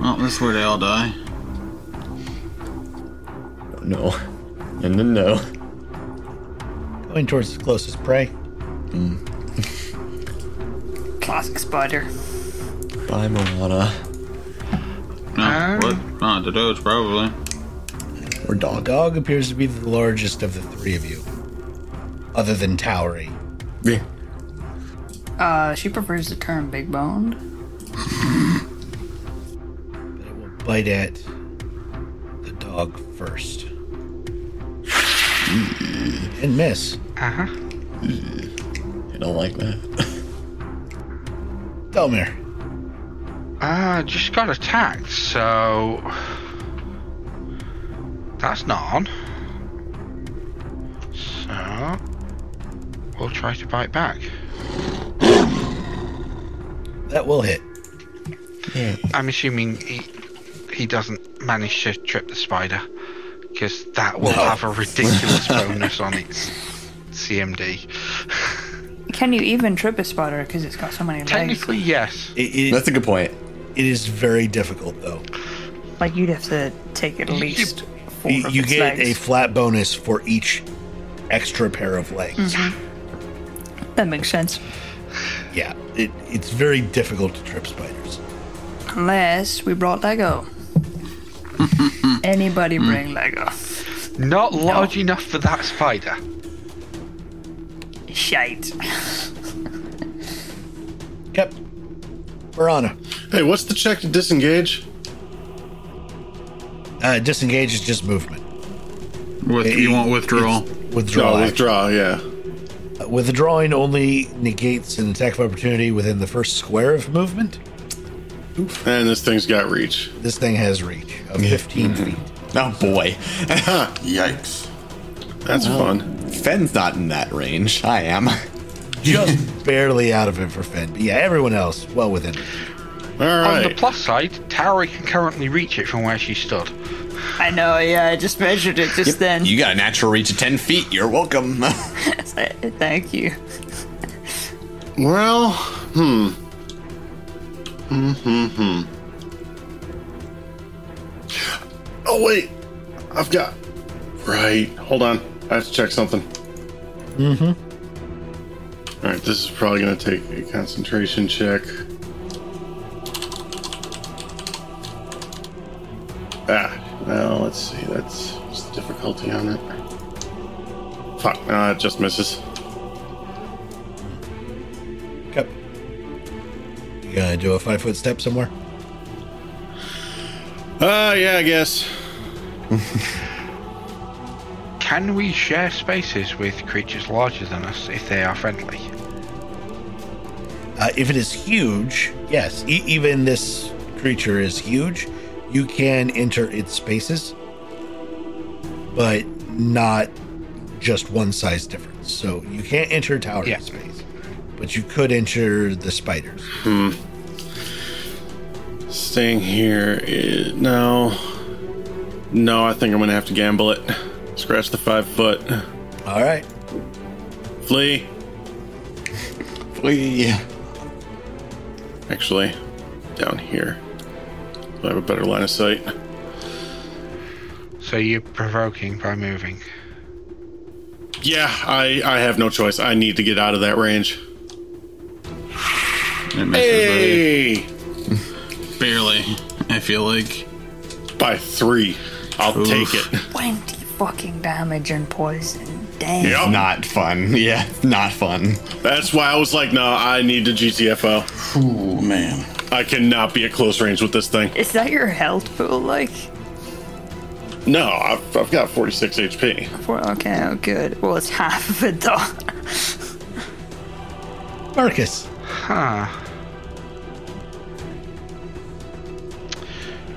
S5: Well, that's oh, where they all die.
S3: No, and then no.
S1: Going towards the closest prey.
S4: Classic spider.
S3: Bye, Moana
S5: No,
S8: Ah.
S5: what? Not the doge, probably.
S3: or dog.
S1: Dog appears to be the largest of the three of you, other than Towery.
S3: Yeah.
S4: Uh, she prefers the term big boned.
S1: But it will bite at the dog first. And miss.
S8: Uh huh.
S3: I don't like that.
S1: Delmir.
S8: Uh, just got attacked, so. That's not on. So. We'll try to bite back.
S1: That will hit.
S8: I'm assuming he, he doesn't manage to trip the spider, because that will have a ridiculous bonus on its CMD.
S4: Can you even trip a spider because it's got so many legs?
S8: Technically, yes.
S1: It, it-
S3: That's a good point.
S1: it is very difficult, though.
S4: Like you'd have to take at least four
S1: You,
S4: of
S1: you
S4: its
S1: get a
S4: legs.
S1: flat bonus for each extra pair of legs.
S4: that makes sense.
S1: Yeah, it, it's very difficult to trip spiders.
S4: Unless we brought Lego. Anybody bring Lego?
S8: Not large enough for that spider.
S4: Shite.
S1: Yep. Verona.
S6: Hey, what's the check to disengage?
S1: Uh, disengage is just movement.
S5: With, you want withdrawal?
S1: Withdrawal.
S6: oh,
S1: action.
S6: withdraw, yeah.
S1: Withdrawing only negates an attack of opportunity within the first square of movement.
S6: And this thing's got reach.
S1: This thing has reach of 15 feet.
S3: Oh boy,
S12: Yikes.
S6: That's fun.
S3: Fen's not in that range. I am.
S1: Just barely out of it for Finn. But yeah, everyone else, well within. it.
S6: All
S8: On the
S6: right.
S8: plus side, Tauri can currently reach it from where she stood.
S4: I know. Yeah, I just measured it just then.
S3: You got a natural reach of ten feet. You're welcome.
S4: Thank you.
S6: well, hmm. Hmm, hmm, hmm. Oh, wait. I've got. Right. Hold on. I have to check something. Mm hmm. All right, this is probably going to take a concentration check. Ah, well, let's see. That's what's the difficulty on it. Fuck, no, it just misses.
S1: Yep. You gonna Uh, do a five foot step somewhere?
S6: Uh, yeah, I guess.
S8: Can we share spaces with creatures larger than us if they are friendly?
S1: Uh, if it is huge, yes. E- even this creature is huge. You can enter its spaces, but not just one size difference. So you can't enter tower
S8: Yeah.
S1: space, but you could enter the spiders.
S6: Hmm. Staying here is. No. No, I think I'm gonna have to gamble it. Scratch the five foot.
S1: All right.
S6: Flee.
S3: Flee.
S6: Actually, down here. I have a better line of sight.
S8: So you're provoking by moving.
S6: Yeah, I, I have no choice. I need to get out of that range. Hey!
S5: Barely. I feel like.
S6: By three. I'll take it.
S4: Twenty fucking damage and poison. Damn.
S6: Yep.
S3: Not fun. Yeah, not fun.
S6: That's why I was like, no, I need to GTFO.
S12: Oh man.
S6: I cannot be at close range with this thing.
S4: Is that your health pool? Like,
S6: No, I've, I've got 46 HP.
S4: well, okay, oh, good. Well, it's half of it though.
S1: Marcus.
S8: Huh.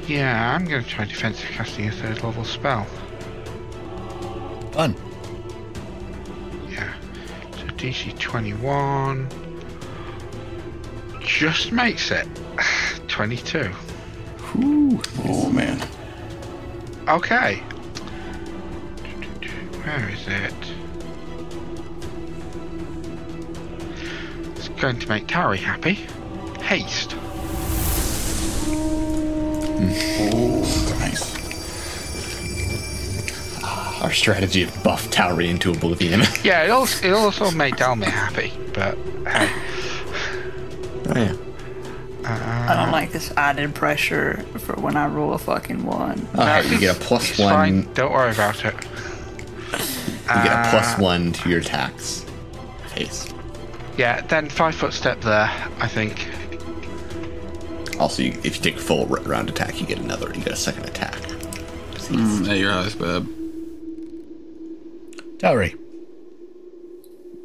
S8: Yeah, I'm going to try defensive casting a third level spell.
S1: Fun.
S8: Yeah. So DC 21. Just makes it. 22.
S12: Oh man.
S8: Okay. Where is it? It's going to make Tari happy. Haste.
S12: Oh, nice.
S3: Our strategy of buff Tauri into oblivion.
S8: Yeah, it also, it also made Dalmir happy, but hey.
S3: Oh, yeah.
S4: I don't like this added pressure for when I roll a fucking one.
S3: Uh,
S8: No,
S3: you get a
S8: it's-
S3: plus
S8: it's
S3: one.
S8: Fine. Don't worry about it.
S3: You get a plus one to your attacks. Haste.
S8: Yeah, then five foot step there, I think.
S3: Also, you, if you take full r- round attack, you get another. You get a second attack.
S5: Mm, at your eyes, Bab.
S1: Towery.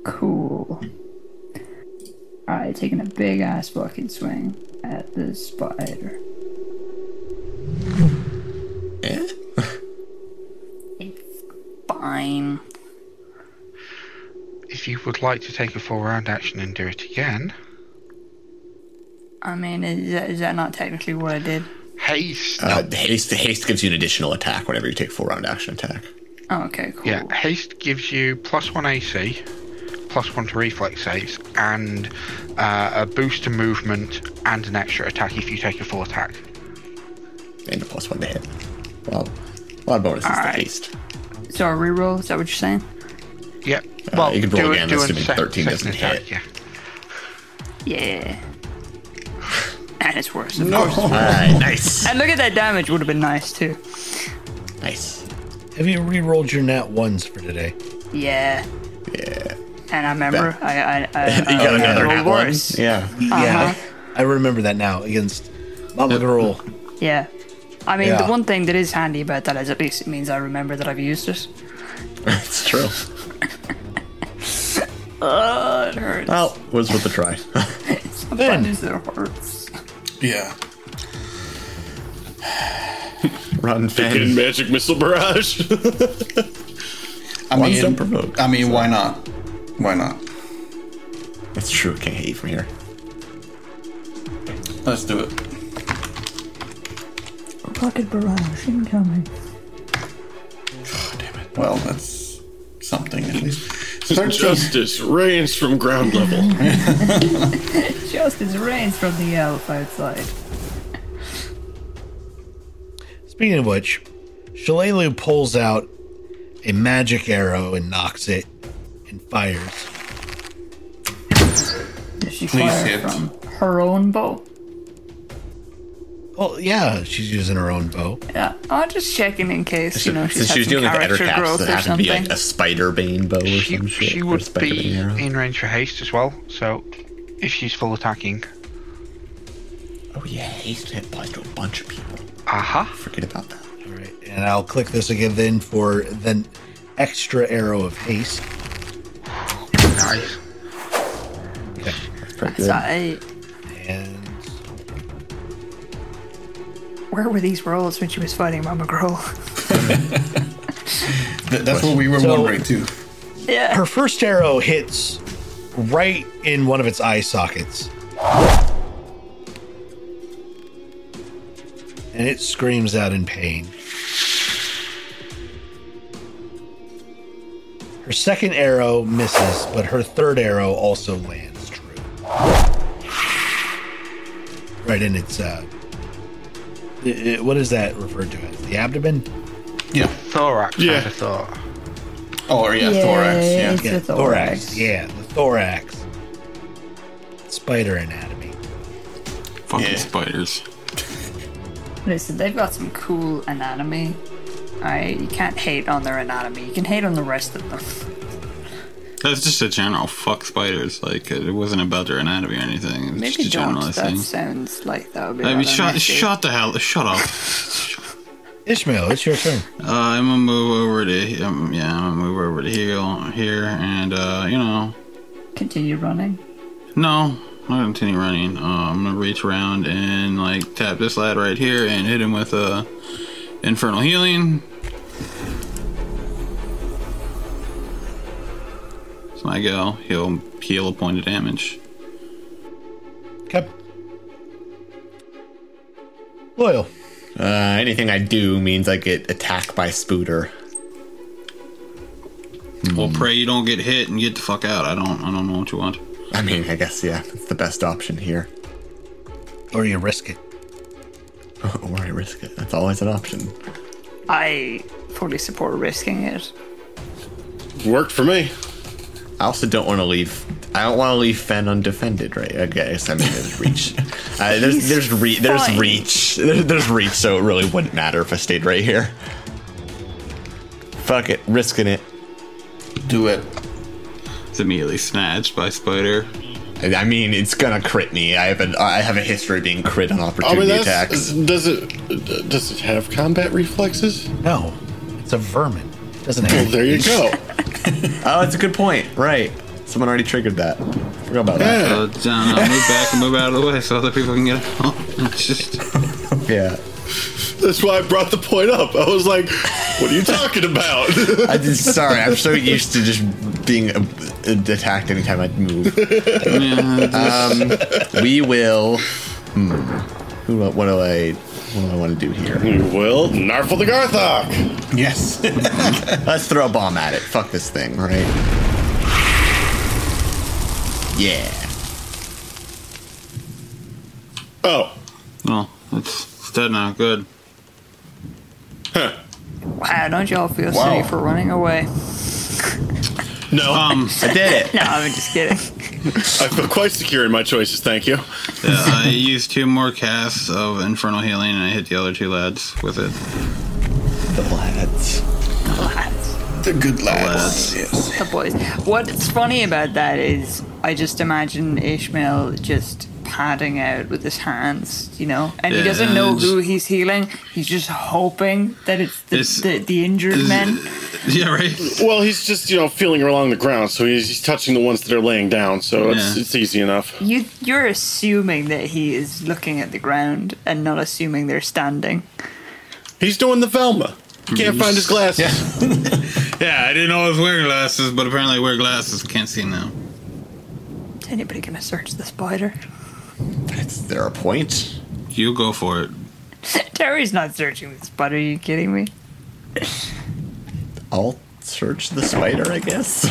S4: Cool. Alright, taking a big ass fucking swing at the spider.
S3: Eh?
S4: Fine.
S8: If you would like to take a full round action and do it again,
S4: I mean, is that, is that not technically what I did?
S8: haste.
S3: Uh, haste. Haste gives you an additional attack whenever you take full round action attack.
S4: Oh, okay, cool.
S8: Yeah, haste gives you plus one AC, plus one to reflex saves, and uh, a boost to movement and an extra attack if you take a full attack.
S3: and a plus one to hit. Well, a lot of bonuses to
S4: Alright.
S3: haste.
S4: So a reroll, is that what you're saying?
S8: Yep.
S3: Uh, you can roll
S8: do it-
S3: again,
S8: do a
S3: assuming
S8: sec-
S3: 13
S8: second
S3: doesn't
S8: attack,
S3: hit.
S8: Yeah.
S4: Yeah. And it's worse, of course.
S3: All right, nice,
S4: And look at that damage, would have been nice too.
S3: nice.
S1: Have you re-rolled your nat ones for today?
S4: Yeah.
S3: Yeah,
S4: And I remember, I, I, I,
S3: you
S4: I
S3: got another
S4: rolled
S3: nat one.
S4: worse.
S3: Yeah,
S1: Yeah, I, I remember that now against Mama Girl.
S4: Yeah. I mean,
S1: Yeah.
S4: the one thing that is handy about that is at least it means I remember that I've used it.
S3: it's true.
S4: Oh, it hurts.
S3: Well, it was worth a try.
S4: Sometimes it hurts.
S12: Yeah.
S3: Run,
S6: Fucking
S3: Finn.
S6: magic missile barrage.
S12: I
S3: One's
S12: mean,
S3: don't provoke,
S5: uh,
S12: I mean, why not? Why not?
S3: That's true. Can't hit you from here.
S12: Let's do it.
S4: Pocket barrage incoming.
S12: God Oh, damn it. Well, that's something at least.
S6: Justice reigns from ground level.
S4: Just as rains from the elf outside.
S1: Speaking of which, Shalelu pulls out a magic arrow and knocks it and fires.
S4: Does she
S12: Please
S4: fire
S12: hit.
S4: from her own bow?
S1: Well, yeah, she's using her own bow.
S4: Yeah, I'll just check in in case you know she's
S3: Since she
S4: had some
S3: was doing like the
S4: character
S3: Eder
S4: growth
S3: caps, it
S4: or
S3: had to be
S4: something.
S3: like a spider bane bow or some shit.
S8: She
S3: or
S8: would
S3: spider
S8: be
S3: bane arrow.
S8: in range for haste as well, so if she's full attacking.
S3: Oh yeah, haste hit applies to a bunch of people.
S8: Aha!
S3: Forget about that.
S1: All right, and I'll click this again then for the extra arrow of haste.
S8: Nice.
S4: So I-
S1: And
S4: where were these rolls when she was fighting Mama Grohl?
S12: Th- that's what we were
S1: So-
S12: wondering too.
S4: yeah.
S1: her first arrow hits right in one of its eye sockets. And it screams out in pain. Her second arrow misses, but her third arrow also lands true. Right in its uh i- i- what is that referred to as? The abdomen?
S12: Yeah.
S8: Thorax, yeah.
S6: Yeah.
S8: I'd have thought.
S12: Oh, yeah, thorax. Yeah.
S4: it's the thorax.
S1: Yeah, the thorax. Spider anatomy.
S2: Fucking spiders.
S4: Listen, they've got some cool anatomy. Alright, you can't hate on their anatomy. You can hate on the rest of them.
S2: That's just a general fuck spiders. Like it wasn't about their anatomy or anything. It's
S4: Maybe
S2: just a
S4: don't.
S2: generalized
S4: That
S2: thing.
S4: sounds like that would be.
S2: I mean,
S4: rather
S2: shut,
S4: messy.
S2: shut the hell, shut up.
S1: Ishmael, it's your turn.
S2: Uh, I'm gonna move over to, um, yeah, I'm gonna move over to here, here, and uh, you know,
S4: Continue running.
S2: no, I'm gonna continue running. Uh, I'm gonna reach around and like tap this lad right here and hit him with uh, infernal healing. So I go, he'll heal a point of damage.
S1: Okay. Loyal.
S3: Uh, anything I do means I get attacked by Spooter.
S2: Well, pray you don't get hit and get the fuck out. I don't, I don't know what you want.
S3: I mean, I guess yeah, that's the best option here.
S1: Or you risk it.
S3: or I risk it. That's always an option.
S4: I fully support risking it.
S6: Worked for me.
S3: I also don't want to leave. I don't want to leave Fen undefended, right? Okay, so I mean, there's reach. Uh, there's
S4: He's
S3: there's re- there's
S4: fine.
S3: reach. There, there's reach, so it really wouldn't matter if I stayed right here. Fuck it, risking it.
S12: Do it.
S2: It's immediately snatched by spider.
S3: I I mean, it's gonna crit me. I have a I have a history of being crit on
S6: I mean,
S3: opportunity
S6: that's,
S3: attacks.
S6: does it does it have combat reflexes?
S1: No. It's a vermin. Doesn't
S6: Well,
S1: it?
S6: there you go.
S3: Oh, that's a good point. Right, someone already triggered that. Forgot about that.
S2: So down, Uh, I'll move back and move out of the way so other people can get out. It's just
S3: Yeah,
S6: That's why I brought the point up. I was like, "What are you talking about?"
S3: I just sorry. I'm so used to just being uh, attacked anytime I move.
S2: yeah,
S3: we will. Hmm, who? What do I? What do I want to do here?
S6: you will Narfle the Garthok.
S12: Yes.
S3: Let's throw a bomb at it. Fuck this thing, right? Yeah.
S6: Oh,
S2: well, it's it's dead now. Good.
S4: Wow, don't y'all feel
S3: Wow.
S4: safe for running away?
S6: no,
S2: Um,
S3: I did it.
S4: No, I'm just kidding.
S6: I feel quite secure in my choices. Thank you.
S2: yeah, I used two more casts of infernal healing and I hit the other two lads with it.
S3: The lads.
S4: Lads.
S12: The good lads. Yes.
S4: the boys. What's funny about that is I just imagine Ishmael just padding out with his hands, you know, and he doesn't know
S2: Yeah,
S4: who he's healing. He's just hoping that it's the,
S2: It's-
S4: the, the injured men.
S2: Yeah, right.
S6: Well, he's just you know feeling along the ground, so he's, he's touching the ones that are laying down. So it's,
S2: Yeah.
S6: it's easy enough.
S4: You you're assuming that he is looking at the ground and not assuming they're standing.
S6: He's doing the Velma. Can't find his glasses.
S2: Yeah, I didn't always wear glasses, but apparently I wear glasses. Can't see now.
S4: Is anybody gonna search the spider?
S3: Is there a point?
S2: You go for it.
S4: Terry's not searching the spider. Are you kidding me?
S3: I'll search the spider, I guess.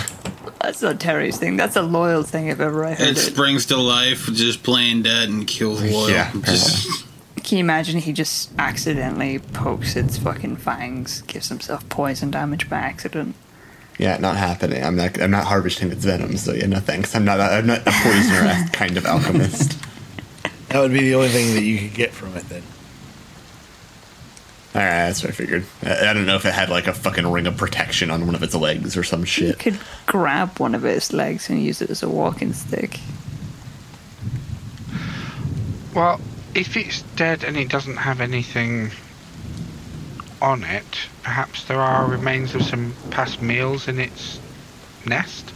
S4: That's not Terry's thing. That's a loyal thing if ever I
S2: It
S4: heard it.
S2: springs to life, just plain dead, and kills loyal.
S3: Yeah.
S2: Just,
S4: Can you imagine he just accidentally pokes its fucking fangs, gives himself poison damage by accident?
S3: Yeah, not happening. I'm not. I'm not harvesting its venom. So yeah, no thanks. I'm not. I'm not a poisoner kind of alchemist.
S1: That would be the only thing that you could get from it then.
S3: All right, that's what I figured. I, I don't know if it had like a fucking ring of protection on one of its legs or some
S4: You
S3: shit.
S4: could grab one of its legs and use it as a walking stick.
S8: Well, if it's dead and it doesn't have anything on it, perhaps there are remains of some past meals in its nest.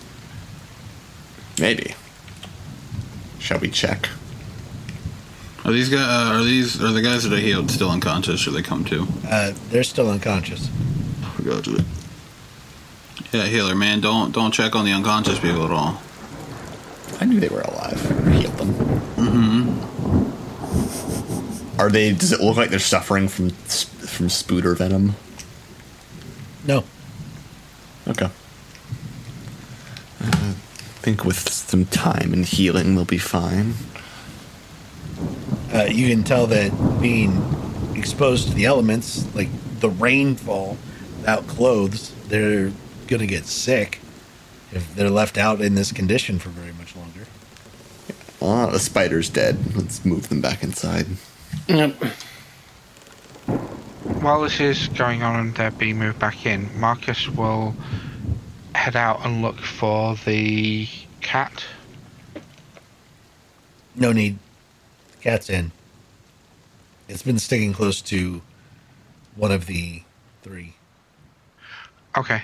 S3: Maybe. Shall we check?
S2: Are these guys? Uh, are these? Are the guys that I healed still unconscious? Should they come to?
S1: Uh, they're still unconscious.
S2: Gotcha. Yeah, healer man, don't don't check on the unconscious people at all.
S3: I knew they were alive. I healed them.
S2: Mm-hmm.
S3: Mm-hmm. Are they? Does it look like they're suffering from sp- from spooter venom?
S1: No.
S3: Okay. Uh, I think with some time and healing, they'll be fine.
S1: Uh, you can tell that being exposed to the elements, like the rainfall, without clothes, they're gonna get sick if they're left out in this condition for very much longer.
S3: Well, now that the spider's dead. Let's move them back inside.
S8: While this is going on and they're being moved back in, Marcus will head out and look for the cat.
S1: No need. The cat's in. It's been sticking close to one of the three.
S8: Okay.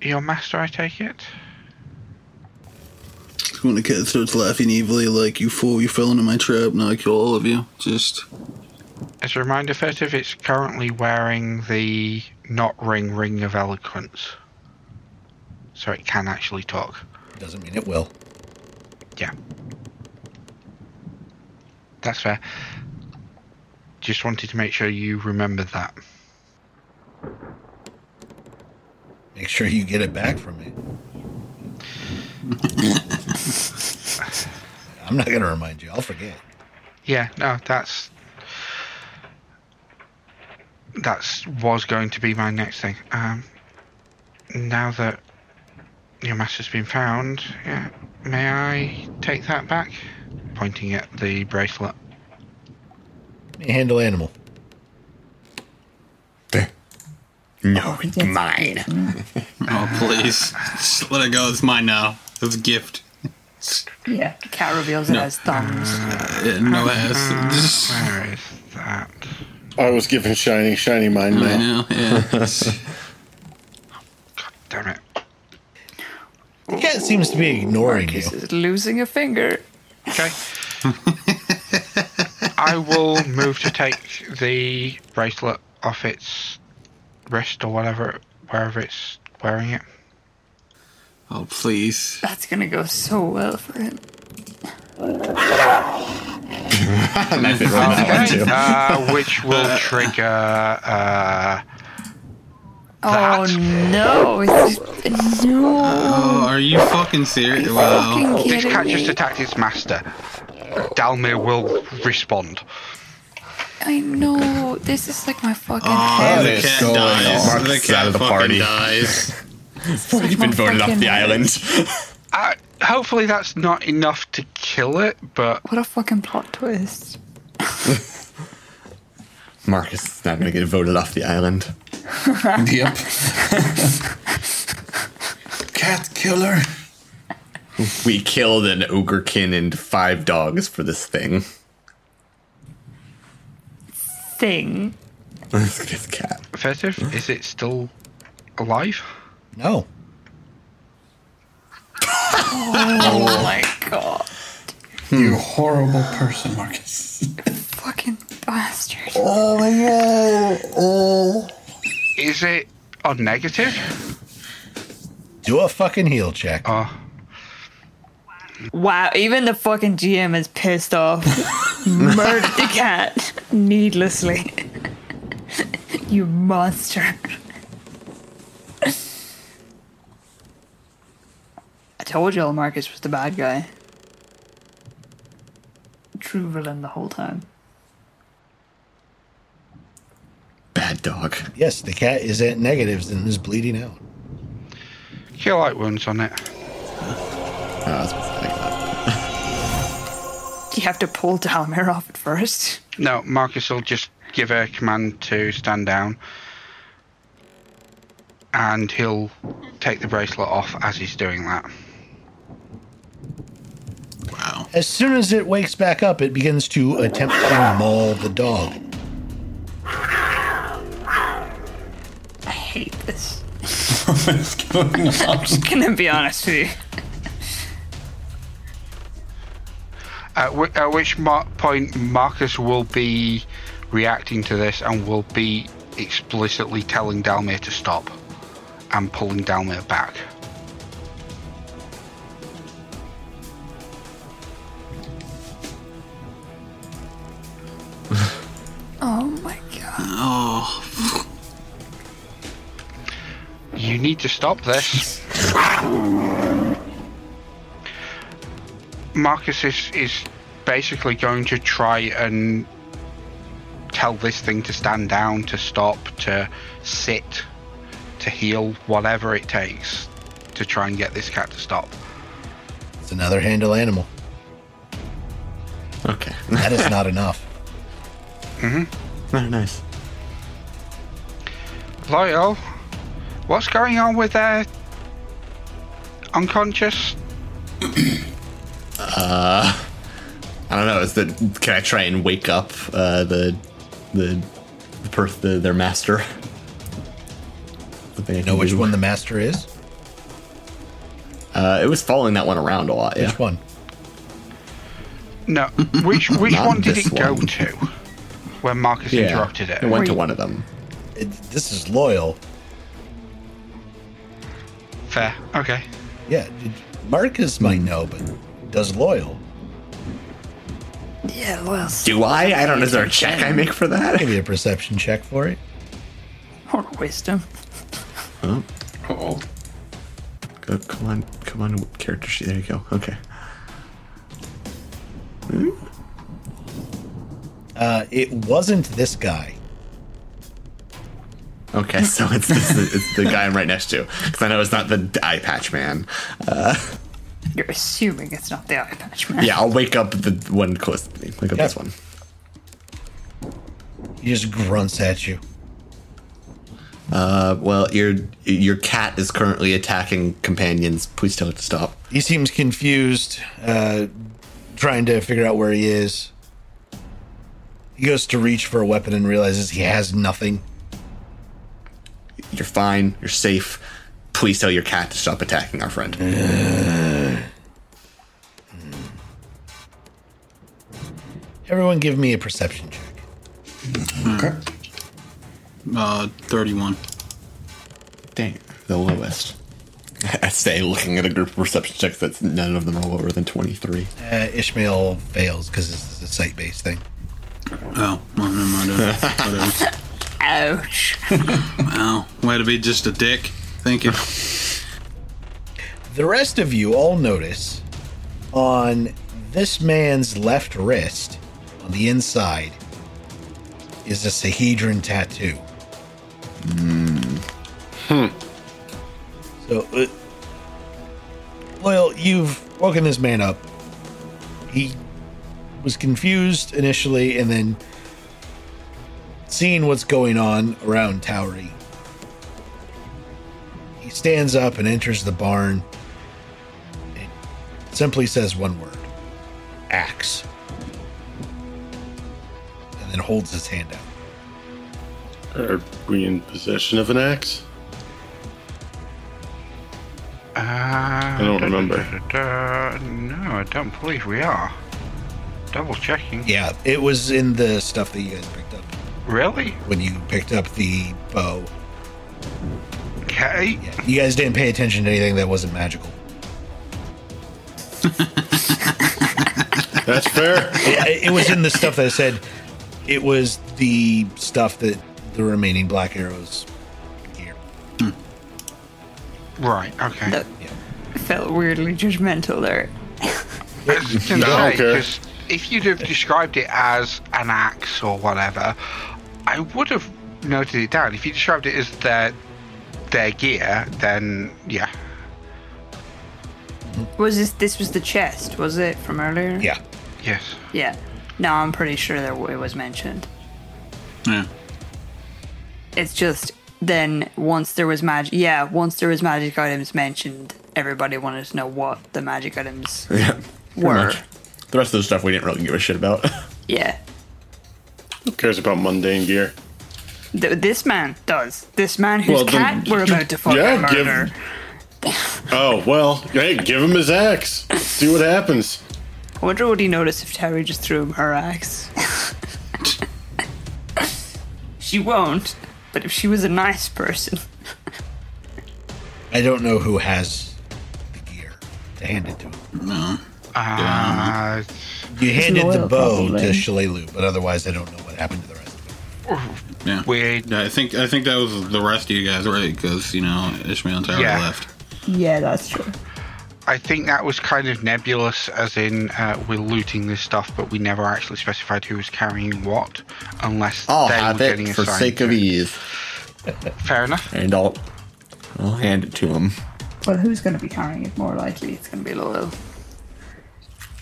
S8: Your master, I take it?
S5: When the cat starts laughing evilly, like you fool, you fell into my trap. Now I kill all of you. Just
S8: As a reminder, Furtive, it's currently wearing the not ring, ring of eloquence. So it can actually talk.
S1: Doesn't mean it will.
S8: Yeah. That's fair. Just wanted to make sure you remembered that.
S1: Make sure you get it back from me. I'm not gonna remind you. I'll forget.
S8: Yeah, no, that's that's was going to be my next thing. Um, now that your master's been found, yeah, may I take that back? Pointing at the bracelet.
S1: Let me handle animal.
S3: No, it's mine.
S2: Oh please, Just let it go. It's mine now. It's a gift.
S4: Yeah. The cat reveals it as thumbs.
S8: Ah,
S2: Yeah, no ass.
S8: Where is that?
S6: I was giving shiny, shiny
S2: I
S6: mine now.
S2: know. Yeah.
S8: Damn it.
S1: The cat seems to be ignoring you.
S4: Marcus is losing a finger.
S8: Okay. I will move to take the bracelet off its wrist or whatever, wherever it's wearing it.
S2: oh please.
S4: That's gonna go so well for him.
S3: And I fit
S2: Oh,
S3: right in that one, too.
S8: uh, which will trigger. Uh,
S4: Oh no! It's, no!
S2: Oh, are you fucking serious? Wow.
S4: Fucking
S8: this
S4: kidding
S8: cat just
S4: me.
S8: attacked its master. Dalmir will respond.
S4: I know. This is like my fucking
S2: Oh,
S4: head.
S2: the
S3: It's
S2: cat
S3: going
S2: dies.
S3: on.
S2: The
S3: It's
S2: cat
S3: out of the
S2: fucking
S3: party.
S2: dies.
S3: You've been voted off the island.
S8: Uh, hopefully, that's not enough to kill it, but
S4: What a fucking plot twist.
S3: Marcus is not going to get voted off the island.
S12: yep. Cat killer.
S3: We killed an ogrekin and five dogs for this thing.
S4: Thing.
S3: this cat.
S8: furtive. Is it still alive?
S1: No.
S4: Oh my god.
S12: You horrible person, Marcus.
S4: Fucking bastard.
S8: Is it on negative?
S1: Do a fucking heal check.
S8: Oh,
S4: Wow, even the fucking GM is pissed off. Murdered the cat needlessly. you monster. I told y'all Marcus was the bad guy. True villain the whole time.
S3: Bad dog.
S1: Yes, the cat is at negatives and is bleeding out.
S8: kill light wounds on it.
S3: Oh, that's what I was thinking about.
S4: Do you have to pull Dalmir off at first?
S8: No, Marcus will just give a command to stand down, and he'll take the bracelet off as he's doing that.
S2: Wow.
S1: As soon as it wakes back up, it begins to attempt to maul the dog.
S4: I hate this.
S12: What's going
S4: I'm
S12: on?
S4: just gonna be honest with you.
S8: At, w- at which mar- point Marcus will be reacting to this and will be explicitly telling Dalmir to stop and pulling Dalmir back.
S4: Oh my god.
S5: Oh,
S8: You need to stop this. Marcus is, is basically going to try and tell this thing to stand down, to stop, to sit, to heal, whatever it takes to try and get this cat to stop.
S1: It's another handle animal.
S3: Okay.
S1: That is not enough.
S3: No, nice.
S8: Loyal, what's going on with their unconscious?
S3: I don't know. Is that can I try and wake up uh, the the the, per- the their master? Something I
S1: Know
S3: can
S1: which
S3: do.
S1: one the master is?
S3: Uh, it was following that one around a lot. Yeah.
S1: Which one?
S8: No, which which
S3: Not
S8: one did
S3: this
S8: it go
S3: one.
S8: to when Marcus
S3: Yeah.
S8: interrupted it?
S3: It went to
S4: Wait.
S3: one of them.
S1: It, this is loyal.
S8: Fair. Okay.
S1: Yeah, d- Marcus might know, but does loyal?
S4: Yeah, well.
S3: Do I? I don't. Is there a check I make for that?
S1: Give me a perception check for it.
S4: Or wisdom.
S12: Oh,
S3: Go, come on, come on, character sheet. There you go. Okay.
S1: Uh, it wasn't this guy.
S3: Okay, so it's, it's, the, it's the guy I'm right next to because I know it's not the eye patch man. Uh,
S4: You're assuming it's not the eye patch man.
S3: yeah, I'll wake up the one close to me. Wake up
S1: Yeah.
S3: this one.
S1: He just grunts at you.
S3: Uh, well, your your cat is currently attacking companions. Please tell it to stop.
S1: He seems confused, uh, trying to figure out where he is. He goes to reach for a weapon and realizes he has nothing.
S3: You're fine. You're safe. Please tell your cat to stop attacking our friend.
S1: Everyone, give me a perception check.
S12: okay.
S5: uh, 31.
S3: Dang, the lowest. I stay looking at a group of perception checks that none of them are lower than 23.
S1: Uh, Ishmael fails because this is a sight based thing.
S5: Oh, well, never mind. uh, Whatever.
S4: Ouch.
S2: Oh,
S5: Wow. Way to be just a dick. Thank you.
S1: The rest of you all notice on this man's left wrist, on the inside, is a Sahedron tattoo. Hmm. So, uh, Loyal, you've woken this man up. He was confused initially and then seeing what's going on around Towery. He stands up and enters the barn. It simply says one word axe. And then holds his hand out.
S6: Are we in possession of an axe?
S8: Uh, I
S6: don't remember.
S8: No, I don't believe we are. Double checking.
S1: Yeah, it was in the stuff that you guys picked up
S8: Really?
S1: when you picked up the bow.
S8: Okay.
S1: Yeah, you guys didn't pay attention to anything that wasn't magical.
S6: That's fair.
S1: it, it was in the stuff that I said. It was the stuff that the remaining black arrows gear.
S8: Right. Okay.
S4: That felt weirdly judgmental there.
S8: I was gonna
S6: No,
S8: say,
S6: okay.
S8: 'cause if you'd have described it as an axe or whatever, I would have noted it down. If you described it as their their gear, then yeah.
S4: Was this this was the chest, was it, from earlier?
S1: Yeah.
S8: Yes.
S4: Yeah. No, I'm pretty sure that it was mentioned.
S2: Yeah.
S4: It's just then once there was magic, yeah, once there was magic items mentioned, everybody wanted to know what the magic items
S3: Yeah.
S4: were.
S3: The rest of the stuff we didn't really give a shit about.
S4: Yeah,
S6: Who cares about mundane gear?
S4: Th- this man does. This man whose
S6: Well, then-
S4: cat we're about to fucking
S6: Yeah, give-
S4: murder.
S6: Oh well, hey, give him his axe. See what happens.
S4: I wonder what he noticed if Terry just threw him her axe. she won't, but if she was a nice person,
S1: I don't know who has the gear to hand it to him.
S2: No.
S8: Uh,
S1: You
S8: It's
S1: handed the
S8: Noel,
S1: bow
S8: probably.
S1: to Shalelu, but otherwise I don't know what happened to the rest.
S2: Yeah.
S8: Uh, Weird.
S2: I think I think that was the rest of you guys, right? Because you know Ishmael and Tyra
S8: Yeah.
S2: left.
S4: yeah, that's true.
S8: I think that was kind of nebulous, as in uh, we're looting this stuff, but we never actually specified who was carrying what, unless
S3: I'll
S8: they
S3: Oh, have
S8: were getting
S3: it for
S8: assigned.
S3: sake of ease,
S8: Fair enough.
S3: and I'll I'll hand it to him.
S4: Well, who's going to be carrying it? More likely, it's going to be Loyal.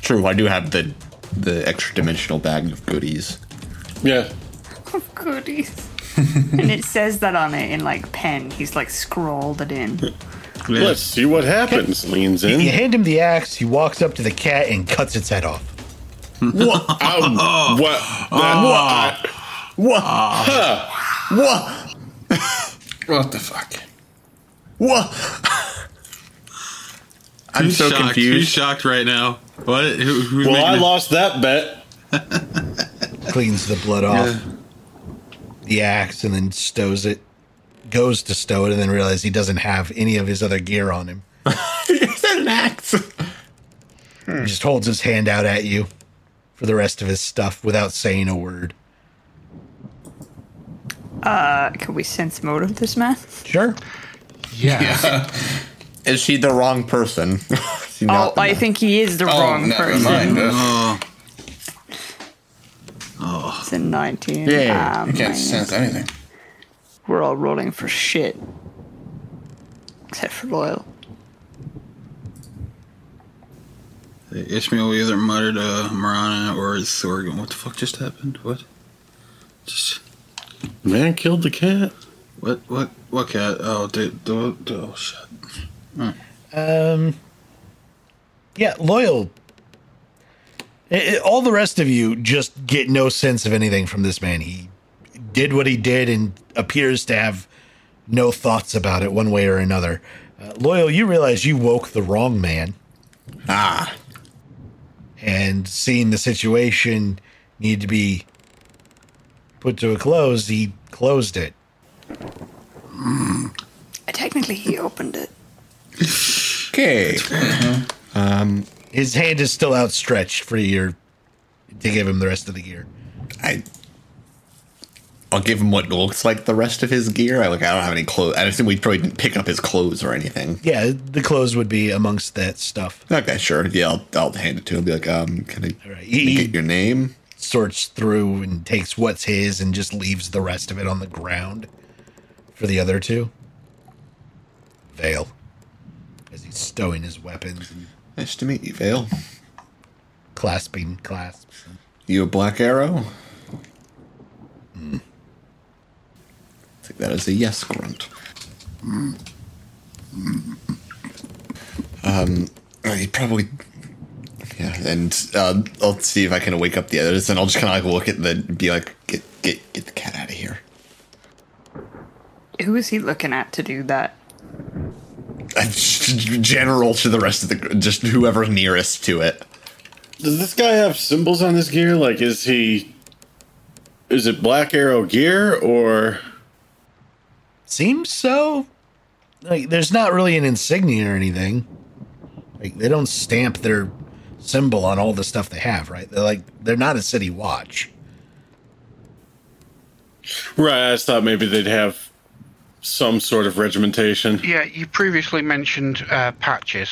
S3: True, I do have the the extra dimensional bag of goodies.
S6: Yeah.
S4: Of goodies. and it says that on it in like pen. He's like scrawled it in.
S6: Let's see what happens. Leans
S1: You
S6: in.
S1: hand him the axe, he walks up to the cat and cuts its head off.
S6: What? Oh, what? That-
S3: What? What?
S12: What the fuck?
S3: What? I'm
S2: Who's
S3: so
S2: shocked? Who's
S3: confused.
S2: shocked right now? What? Who, who's
S6: Well,
S2: making
S6: I
S2: this-
S6: lost that bet.
S1: Cleans the blood off the axe and then stows it. Goes to stow it and then realizes he doesn't have any of his other gear on him.
S3: Is that an axe?
S1: He just holds his hand out at you for the rest of his stuff without saying a word.
S4: Uh, can we sense motive this man?
S1: Sure.
S8: Yes.
S3: Is she the wrong person? Is she
S4: Oh,
S3: not the
S4: I
S3: man?
S4: think he is the wrong
S12: Oh, never
S4: person.
S12: mind. Uh,
S2: Oh,
S4: It's a 19.
S3: Yeah,
S4: Um,
S12: you can't
S4: minus-
S12: sense anything.
S4: We're all rolling for shit. Except for Loyal.
S2: Ishmael, we either muttered uh, Marana or Sorghum. What the fuck just happened? What? Just
S6: Man killed the cat.
S2: what? What? What cat? Oh, dude! The, the, oh shit!
S1: Um, yeah, loyal. I- I- all the rest of you just get no sense of anything from this man. He did what he did and appears to have no thoughts about it one way or another. Uh, loyal, you realize you woke the wrong man.
S3: Ah,
S1: and seeing the situation need to be put to a close, he closed it.
S4: Technically, he opened it.
S3: okay.
S1: His hand is still outstretched for your to give him the rest of the gear.
S3: I. I'll give him what looks like the rest of his gear. I like. I don't have any clothes. I assume we probably didn't pick up his clothes or anything.
S1: Yeah, the clothes would be amongst that stuff.
S3: Okay, sure. Yeah, I'll, I'll hand it to him. Be like, um, can I can
S1: right.
S3: I
S1: He-
S3: get your name?
S1: Sorts through and takes what's his and just leaves the rest of it on the ground for the other two. Vale. As he's stowing his weapons and
S3: Nice to meet you, Vale.
S1: clasping clasps.
S3: You a black arrow? Hmm. I think that is a yes grunt. Hmm. Um, he probably. Yeah, and um, I'll see if I can wake up the others, and I'll just kind of like look at the, be like, get get get the cat out of here.
S4: Who is he looking at to do that?
S3: General to the rest of the, gr- just whoever's nearest to it.
S6: Does this guy have symbols on his gear? Like, is he? Is it Black Arrow gear or?
S1: Seems so. Like, there's not really an insignia or anything. Like, they don't stamp their symbol on all the stuff they have, right? They're like, they're not a city watch.
S6: Right, I just thought maybe they'd have some sort of regimentation.
S8: Yeah, you previously mentioned uh, patches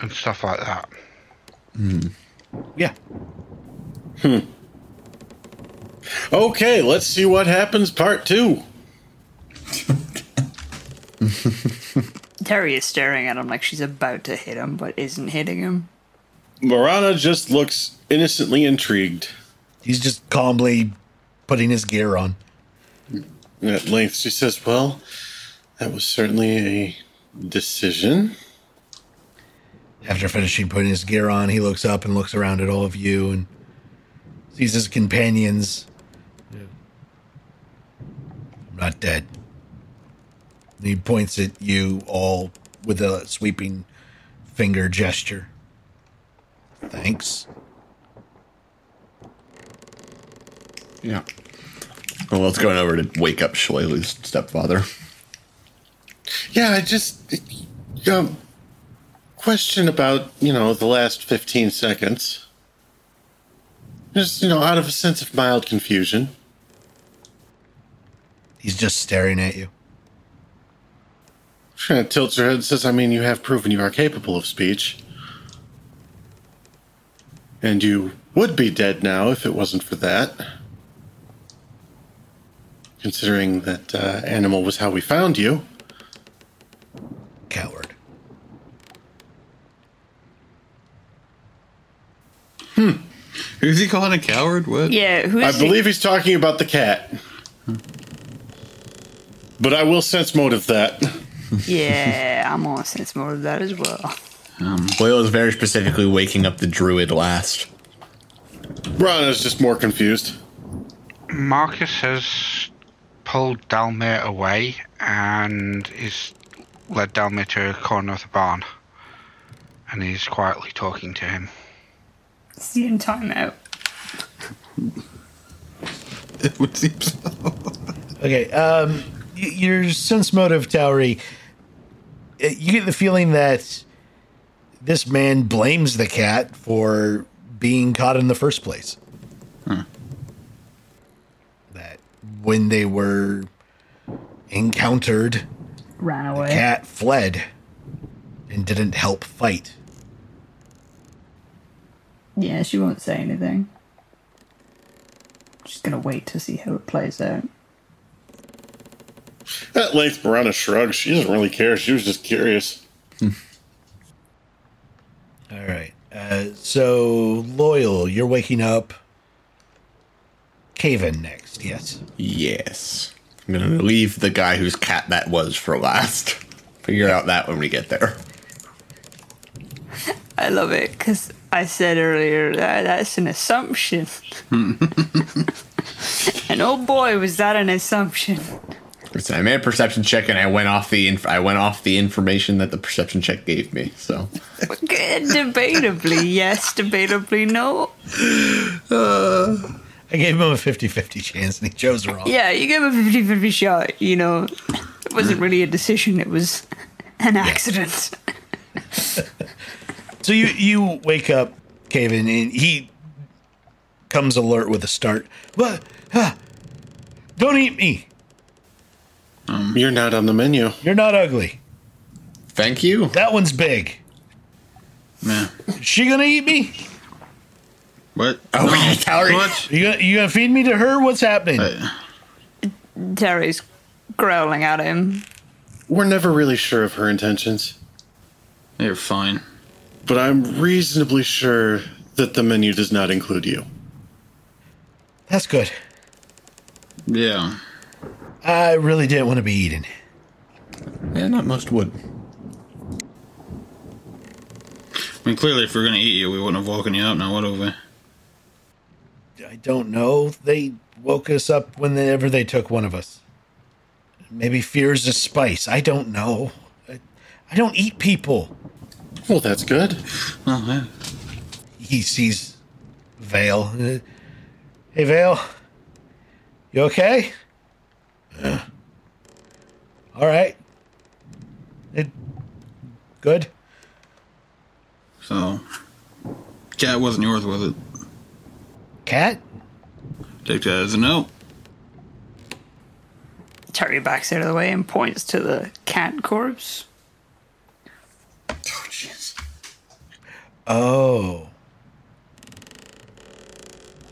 S8: and stuff like that.
S1: Yeah.
S6: Okay, let's see what happens. Part two.
S4: Terry is staring at him like she's about to hit him, but isn't hitting him.
S6: Morana just looks innocently intrigued.
S1: He's just calmly putting his gear on.
S6: And at length, she says, Well, that was certainly a decision.
S1: After finishing putting his gear on, he looks up and looks around at all of you and sees his companions. I'm not dead. And he points at you all with a sweeping finger gesture. Thanks.
S3: Yeah. Well, let's go over to wake up Shloylu's stepfather.
S6: Yeah, I just um, question about you know the last fifteen seconds. Just you know, out of a sense of mild confusion.
S1: He's just staring at you.
S6: She kinda tilts her head and says, "I mean, you have proven you are capable of speech, and you would be dead now if it wasn't for that." Considering that uh, animal was how we found you.
S1: Coward.
S2: Who's he calling a coward? What?
S4: Yeah, who
S6: I
S4: is he?
S6: believe he's talking about the cat. But I will sense motive that.
S4: Yeah, I'm gonna sense more of that as well.
S3: Shloylu is very specifically waking up the druid last.
S6: Ron is just more confused.
S8: Marcus has pulled Dalmir away and is led Dalmir to a corner of the barn. And he's quietly talking to him.
S4: It's the end time out.
S2: It would seem so.
S1: Okay. Um, y- your sense motive, Towery, uh, you get the feeling that this man blames the cat for being caught in the first place. That when they were encountered,
S4: Ran
S1: the
S4: away.
S1: cat fled and didn't help fight.
S4: Yeah, she won't say anything. She's gonna wait to see how it plays out.
S6: At length, Marana shrugs. She doesn't really care. She was just curious.
S1: All right. Uh, so, Loyal, you're waking up. Caven next, yes.
S3: Yes. I'm going to leave the guy whose cat that was for last. Figure out that when we get there.
S4: I love it because I said earlier that that's an assumption. and oh boy, was that an assumption.
S3: So I made a perception check and I went off the inf- I went off the information that the perception check gave me. So
S4: Good, debatably yes, debatably no.
S1: I gave him a 50 50 chance and he chose wrong.
S4: Yeah, you gave a 50 50 shot, you know. It wasn't really a decision, it was an accident.
S1: So you, you wake up, Caven, and he comes alert with a start. What? Ah, don't eat me.
S6: You're not on the menu.
S1: You're not ugly.
S3: thank you.
S1: That one's big.
S2: Man.
S1: Is she gonna eat me?
S2: What?
S3: Oh, yeah, Tauri.
S2: What?
S1: You gonna, you gonna feed me to her? What's happening?
S4: Terry's growling at him.
S6: We're never really sure of her intentions,
S2: You're fine.
S6: but I'm reasonably sure that the menu does not include you.
S1: That's good.
S2: Yeah.
S1: I really didn't want to be eaten.
S3: Yeah, not most would.
S2: I mean, clearly, if we are gonna eat you, we wouldn't have woken you up. Now, what over?
S1: I don't know. They woke us up whenever they took one of us. Maybe fear's a spice. I don't know. I, I don't eat people.
S6: Well, that's good.
S2: Oh, yeah.
S1: he sees Vale. Uh, Hey, Vale, you okay? "Uh, All right. It, good.
S2: So, cat wasn't yours, was it?
S1: Cat?
S2: Take that as a no.
S4: Terry backs out of the way and points to the cat corpse.
S1: Oh.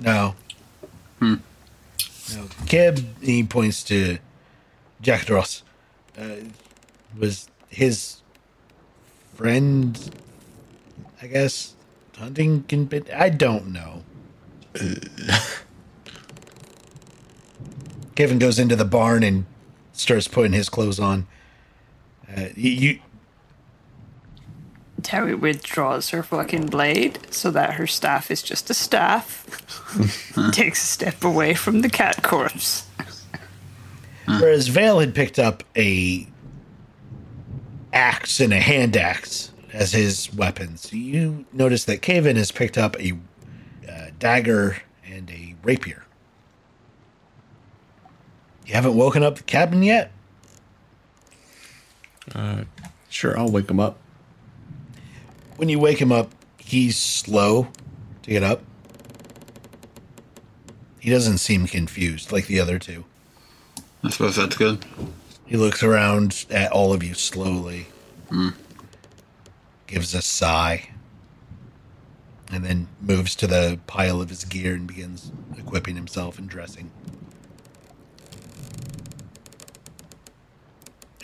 S1: No. No. Kib, he points to Jack Dross, uh, was his friend, I guess, hunting can I don't know. Kevin goes into the barn and starts putting his clothes on. Uh, you, you
S4: Terry withdraws her fucking blade so that her staff is just a staff. Takes a step away from the cat corpse.
S1: Whereas Vale had picked up a axe and a hand axe as his weapons, you notice that Caven has picked up a uh, dagger and a rapier. You haven't woken up the cabin yet.
S3: Uh, sure, I'll wake him up.
S1: When you wake him up, he's slow to get up. He doesn't seem confused like the other two.
S5: I suppose that's good.
S1: He looks around at all of you slowly,
S5: Hmm.
S1: gives a sigh, and then moves to the pile of his gear and begins equipping himself and dressing.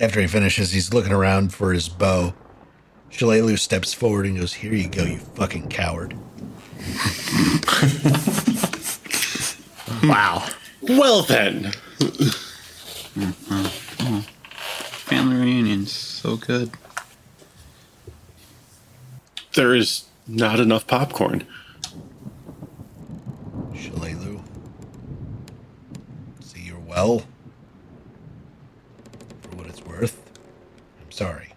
S1: After he finishes, he's looking around for his bow. Shalelu steps forward and goes, Here you go, you fucking coward.
S3: wow.
S6: Well then.
S5: Family reunions, so good.
S6: There is not enough popcorn.
S1: Shalelu. See you're well. For what it's worth. I'm sorry.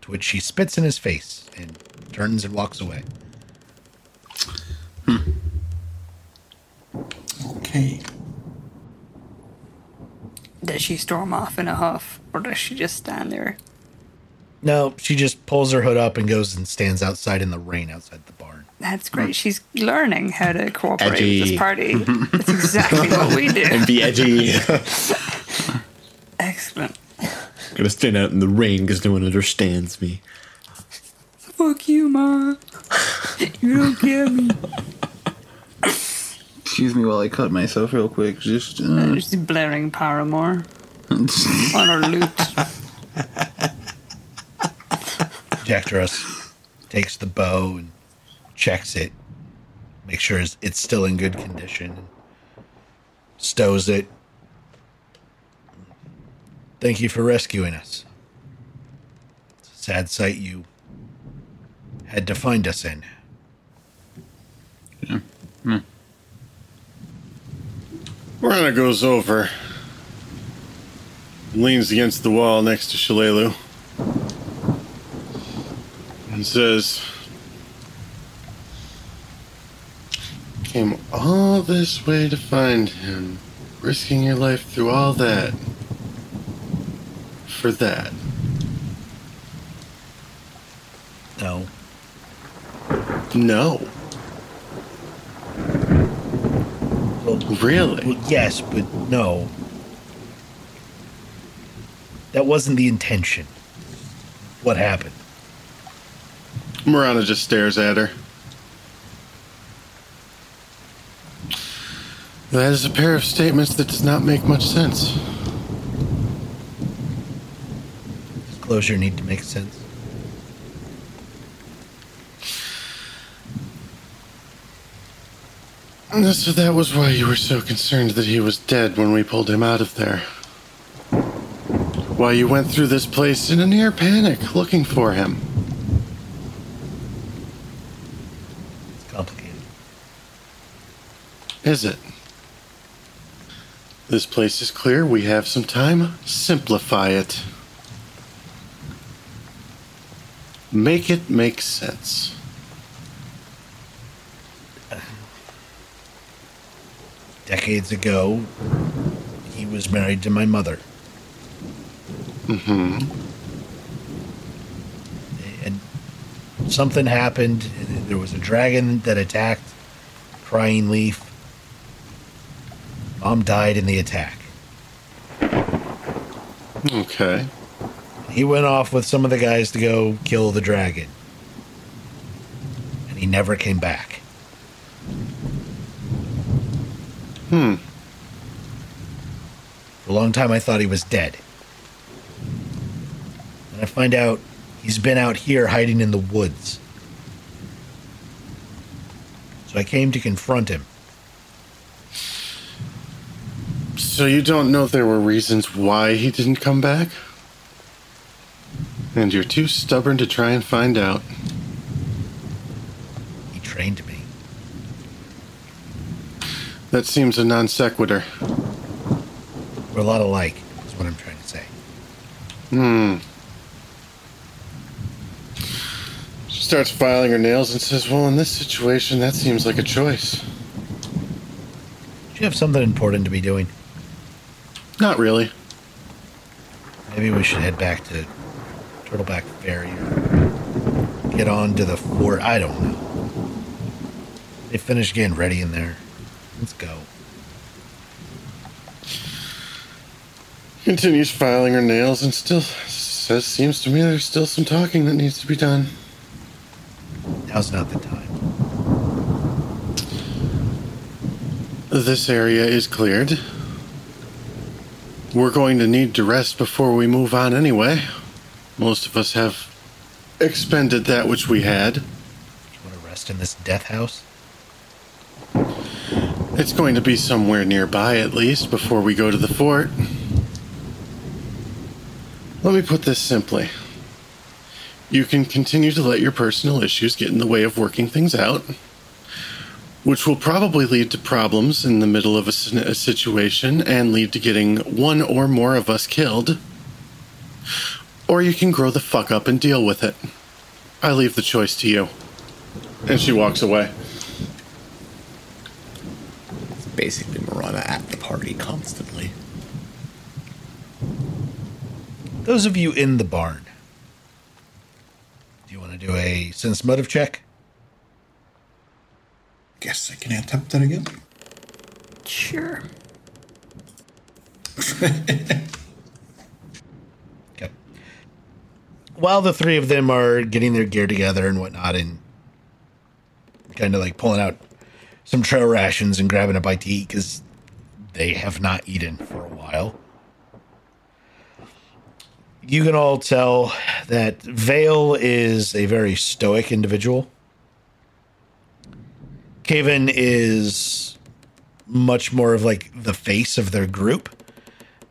S1: To which she spits in his face and turns and walks away.
S12: Okay.
S4: Does she storm off in a huff, or does she just stand there?
S1: No, she just pulls her hood up and goes and stands outside in the rain outside the barn.
S4: That's great. She's learning how to cooperate with this
S3: Hmm. Edgy.
S4: party. That's exactly what we do.
S3: And be edgy.
S4: Excellent.
S3: Gonna stand out in the rain because no one understands me.
S4: Fuck you, Ma. You don't get me.
S5: Excuse me while I cut myself real quick. Just
S4: Uh,
S5: uh,
S4: Just blaring Paramore on her loop.
S1: Jacturus takes the bow and checks it, makes sure it's- it's still in good condition, stows it. Thank you for rescuing us. It's a sad sight you had to find us in.
S6: Morana goes over, leans against the wall next to Shalelu, and says, Came all this way to find him, risking your life through all that. For that.
S1: No,
S6: No.
S1: Well,
S6: Really?
S1: well, yes, but no. That wasn't the intention. What happened?
S6: Morana just stares at her. That is a pair of statements that does not make much sense.
S1: Disclosure need to make sense.
S6: So that was why you were so concerned that he was dead when we pulled him out of there. Why you went through this place in a near panic looking for him.
S1: It's complicated.
S6: Is it? This place is clear. We have some time. Simplify it. Make it make sense.
S1: decades ago, he was married to my mother. Mm-hmm. And something happened. There was a dragon that attacked Crying Leaf. Mom died in the attack.
S6: Okay.
S1: He went off with some of the guys to go kill the dragon. And he never came back.
S6: Hmm.
S1: For a long time, I thought he was dead. And I find out he's been out here hiding in the woods. So I came to confront him.
S6: So you don't know if there were reasons why he didn't come back? And you're too stubborn to try and find out.
S1: He trained me.
S6: That seems a non sequitur.
S1: We're a lot alike, is what I'm trying to say.
S6: Hmm. She starts filing her nails and says, Well, in this situation, that seems like a choice.
S1: Do you have something important to be doing?
S6: Not really.
S1: Maybe we should head back to Turtleback Ferry or get on to the fort. I don't know. They finished getting ready in there. Let's go.
S6: Continues filing her nails and still says, Seems to me there's still some talking that needs to be done.
S1: Now's not the time.
S6: This area is cleared. We're going to need to rest before we move on anyway. Most of us have expended that which we had.
S1: want to rest in this death house?
S6: It's going to be somewhere nearby at least before we go to the fort. Let me put this simply. You can continue to let your personal issues get in the way of working things out, which will probably lead to problems in the middle of a, s- a situation and lead to getting one or more of us killed. Or you can grow the fuck up and deal with it. I leave the choice to you. And she walks away.
S3: It's basically Marana at the party constantly.
S1: Those of you in the barn, do you want to do a sense motive check?
S12: Guess I can attempt that again.
S4: Sure.
S1: While the three of them are getting their gear together and whatnot, and kind of like pulling out some trail rations and grabbing a bite to eat because they have not eaten for a while, you can all tell that Vale is a very stoic individual. Caven is much more of like the face of their group,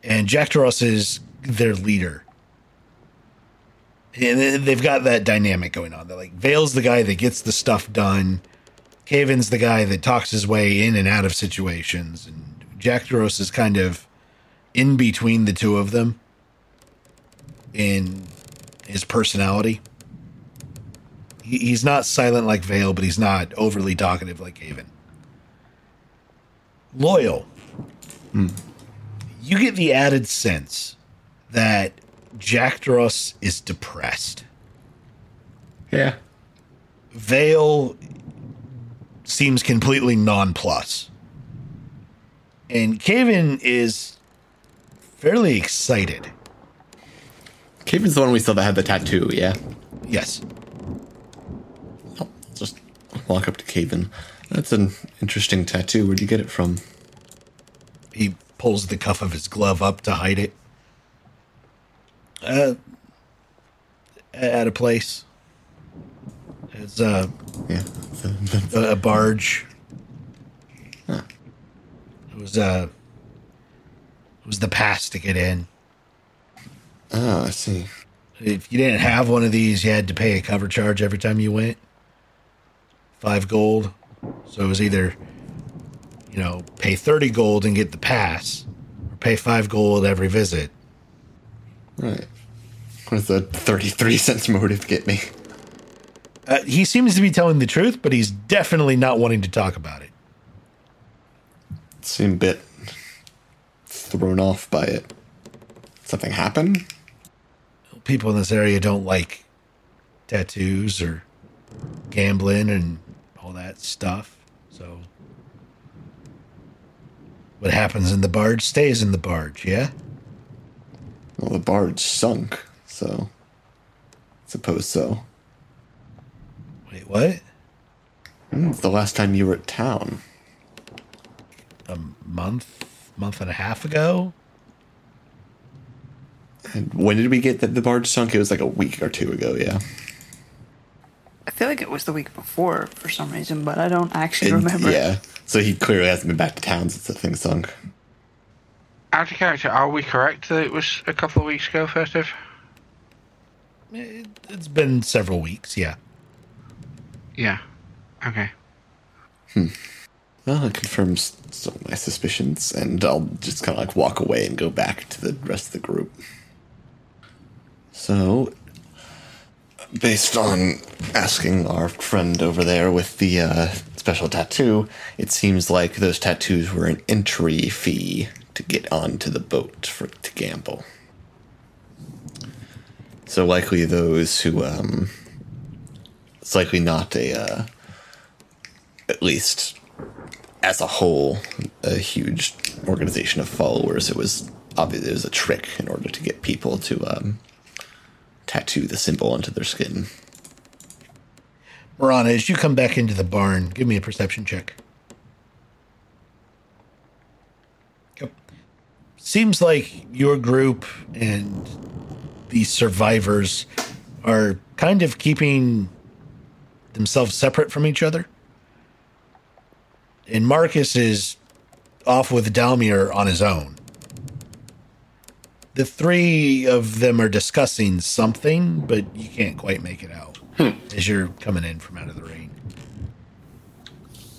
S1: and Jack Doros is their leader. And they- they've got that dynamic going on. They're like Vale's the guy that gets the stuff done. Caven's the guy that talks his way in and out of situations, and Jack Doros is kind of in between the two of them in his personality. He, he's not silent like Vale, but he's not overly talkative like Haven. Loyal. You get the added sense that Jack Dross is depressed.
S12: Yeah.
S1: Vale seems completely nonplussed. And Caven is fairly excited.
S3: Caven's the one we saw that had the tattoo, yeah?
S1: Yes.
S3: Just walk up to Caven. That's an interesting tattoo. Where'd you get it from?
S1: He pulls the cuff of his glove up to hide it. Uh, at a place. It's a
S3: yeah,
S1: a, a barge. It was uh it was the pass to get in.
S3: Oh, I see.
S1: If you didn't have one of these, you had to pay a cover charge every time you went. Five gold. So it was either, you know, pay 30 gold and get the pass, or pay five gold every visit.
S3: Right. What does the 33 cents motive get me?
S1: Uh, he seems to be telling the truth, but he's definitely not wanting to talk about it.
S3: Seem a bit thrown off by it. Something happen?
S1: People in this area don't like tattoos or gambling and all that stuff. So, what happens in the barge stays in the barge, yeah?
S3: Well, the barge sunk, so. Suppose so.
S1: Wait, what?
S3: Hmm, it's the last time you were at town.
S1: A month, month and a half ago?
S3: And when did we get that the barge sunk? It was like a week or two ago, yeah.
S4: I feel like it was the week before for some reason, but I don't actually
S3: And-
S4: remember.
S3: Yeah. So he clearly hasn't been back to town since the thing sunk.
S8: Out of character, are we correct that it was a couple of weeks ago, Festive?
S1: It, it's been several weeks, yeah.
S8: Yeah. Okay.
S3: Hmm. Well, it confirms some of my suspicions, and I'll just kind of like walk away and go back to the rest of the group. So, based on asking our friend over there with the uh, special tattoo, it seems like those tattoos were an entry fee to get onto the boat for to gamble. So likely those who um, it's likely not a uh, at least as a whole a huge organization of followers. It was obviously it was a trick in order to get people to um, tattoo the symbol onto their skin.
S1: Marana, as you come back into the barn, give me a perception check. Yep. Seems like your group and the survivors are kind of keeping themselves separate from each other. And Marcus is off with Dalmir on his own. The three of them are discussing something, but you can't quite make it out as you're coming in from out of the rain.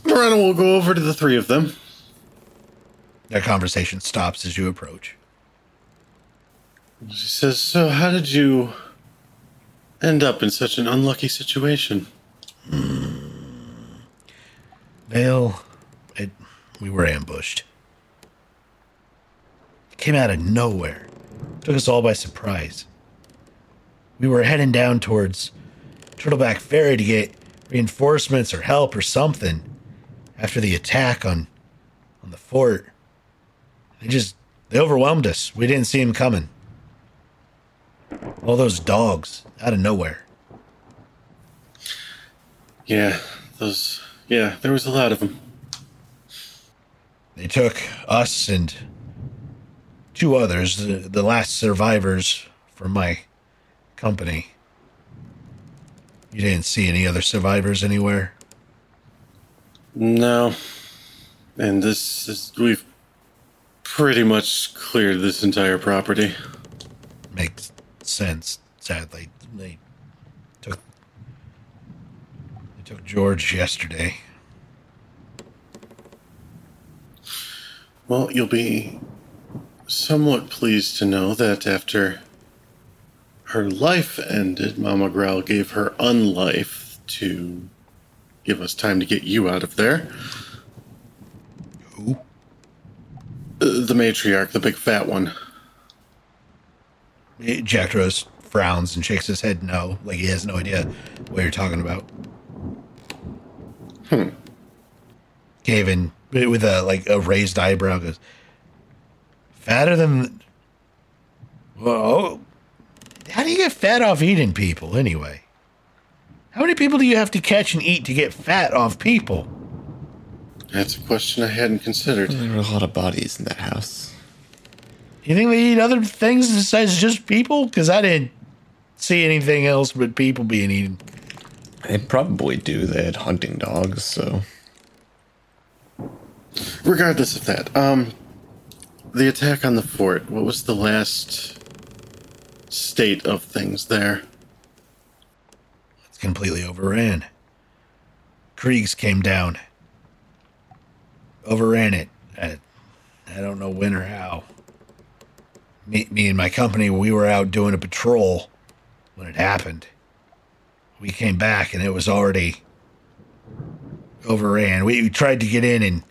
S6: Morana will go over to the three of them.
S1: Their conversation stops as you approach.
S6: She says, So, how did you end up in such an unlucky situation?
S1: Well, it, we were ambushed. It came out of nowhere. Took us all by surprise. We were heading down towards Turtleback Ferry to get reinforcements or help or something after the attack on on the fort. They just they overwhelmed us. We didn't see them coming. All those dogs out of nowhere.
S6: Yeah, those. Yeah, there was a lot of them.
S1: They took us and two others, the, the last survivors from my company. You didn't see any other survivors anywhere?
S6: No. And this is. We've pretty much cleared this entire property.
S1: Makes sense, sadly. They took they took George yesterday.
S6: Well, you'll be somewhat pleased to know that after her life ended, Mama Growl gave her unlife to give us time to get you out of there.
S1: Who?
S6: The matriarch, the big fat one.
S1: Eh, Jack Rose frowns and shakes his head no, like he has no idea what you're talking about.
S6: Hmm.
S1: Gavin, eh, with a like a raised eyebrow, goes fatter than. Well, how do you get fat off eating people anyway? How many people do you have to catch and eat to get fat off people?
S6: That's a question I hadn't considered.
S3: There were a lot of bodies in that house.
S1: You think they eat other things besides just people? Because I didn't see anything else but people being eaten.
S3: They probably do. They had hunting dogs, so
S6: Regardless of that, um, the attack on the fort, what was the last state of things there?
S1: It's completely overran. Kriegs came down, overran it. I, I don't know when or how. Me, me and my company, we were out doing a patrol when it happened. We came back and it was already overran. We, we tried to get in and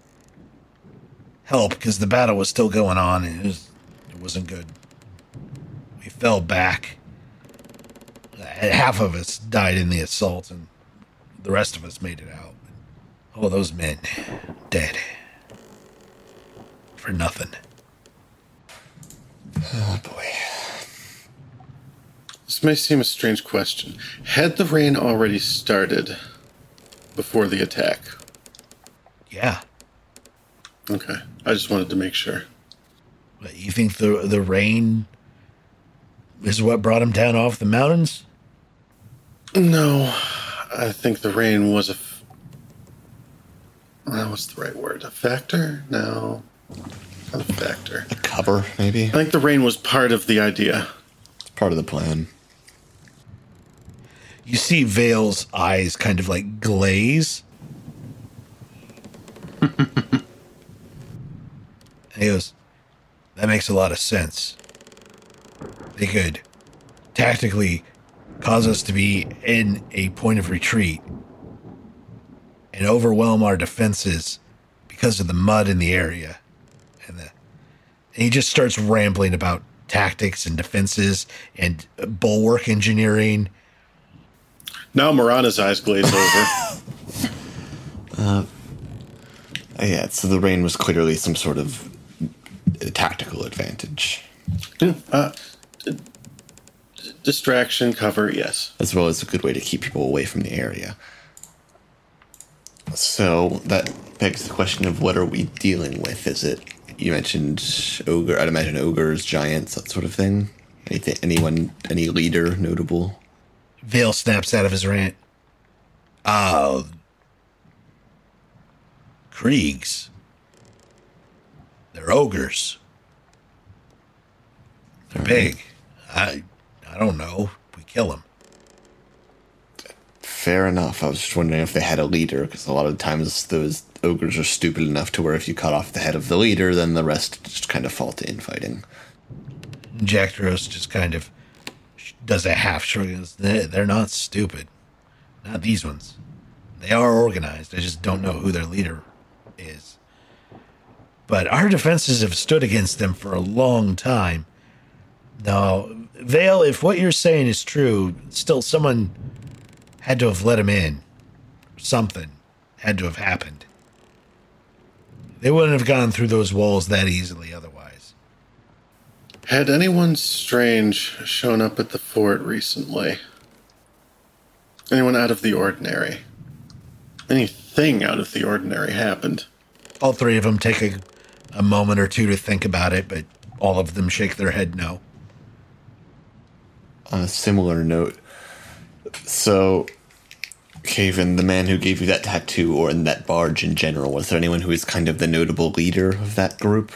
S1: help because the battle was still going on and it, was, it wasn't good. We fell back. Half of us died in the assault, and the rest of us made it out. Oh, those men dead for nothing.
S3: Oh boy.
S6: This may seem a strange question. Had the rain already started before the attack?
S1: Yeah,
S6: Okay. I just wanted to make sure.
S1: but you think the the rain is what brought him down off the mountains?
S6: No, I think the rain was a. F- uh, what's the right word? A factor? No. a factor.
S3: A cover, maybe?
S6: I think the rain was part of the idea.
S3: It's part of the plan.
S1: You see Vale's eyes kind of like glaze. And he goes, That makes a lot of sense. They could tactically cause us to be in a point of retreat and overwhelm our defenses because of the mud in the area. And, the, and he just starts rambling about tactics and defenses and bulwark engineering.
S6: Now Marana's eyes glaze over.
S3: Uh, yeah, so the rain was clearly some sort of tactical advantage,
S6: Yeah, uh, d- d- distraction cover, yes.
S3: as well as a good way to keep people away from the area. So that begs the question of what are we dealing with? Is it you mentioned ogre? I'd imagine ogres, giants, that sort of thing. Anything, anyone, any leader notable?
S1: Vale snaps out of his rant. Uh, Kriegs. They're ogres. They're big. I, I don't know. We kill them.
S3: Fair enough. I was just wondering if they had a leader, because a lot of times those ogres are stupid enough to where if you cut off the head of the leader, then the rest just kind of fall to infighting.
S1: Jack Dross just kind of sh- does a half shrug. and goes, "They- They're not stupid. Not these ones. They are organized. I just don't know who their leader is. But our defenses have stood against them for a long time. Now, Vale, if what you're saying is true, still someone had to have let him in. Something had to have happened. They wouldn't have gone through those walls that easily otherwise.
S6: Had anyone strange shown up at the fort recently? Anyone out of the ordinary? Anything out of the ordinary happened?
S1: all three of them take a, a moment or two to think about it, but all of them shake their head no.
S3: On a similar note, so, Caven, the man who gave you that tattoo, or in that barge in general, was there anyone who is kind of the notable leader of that group?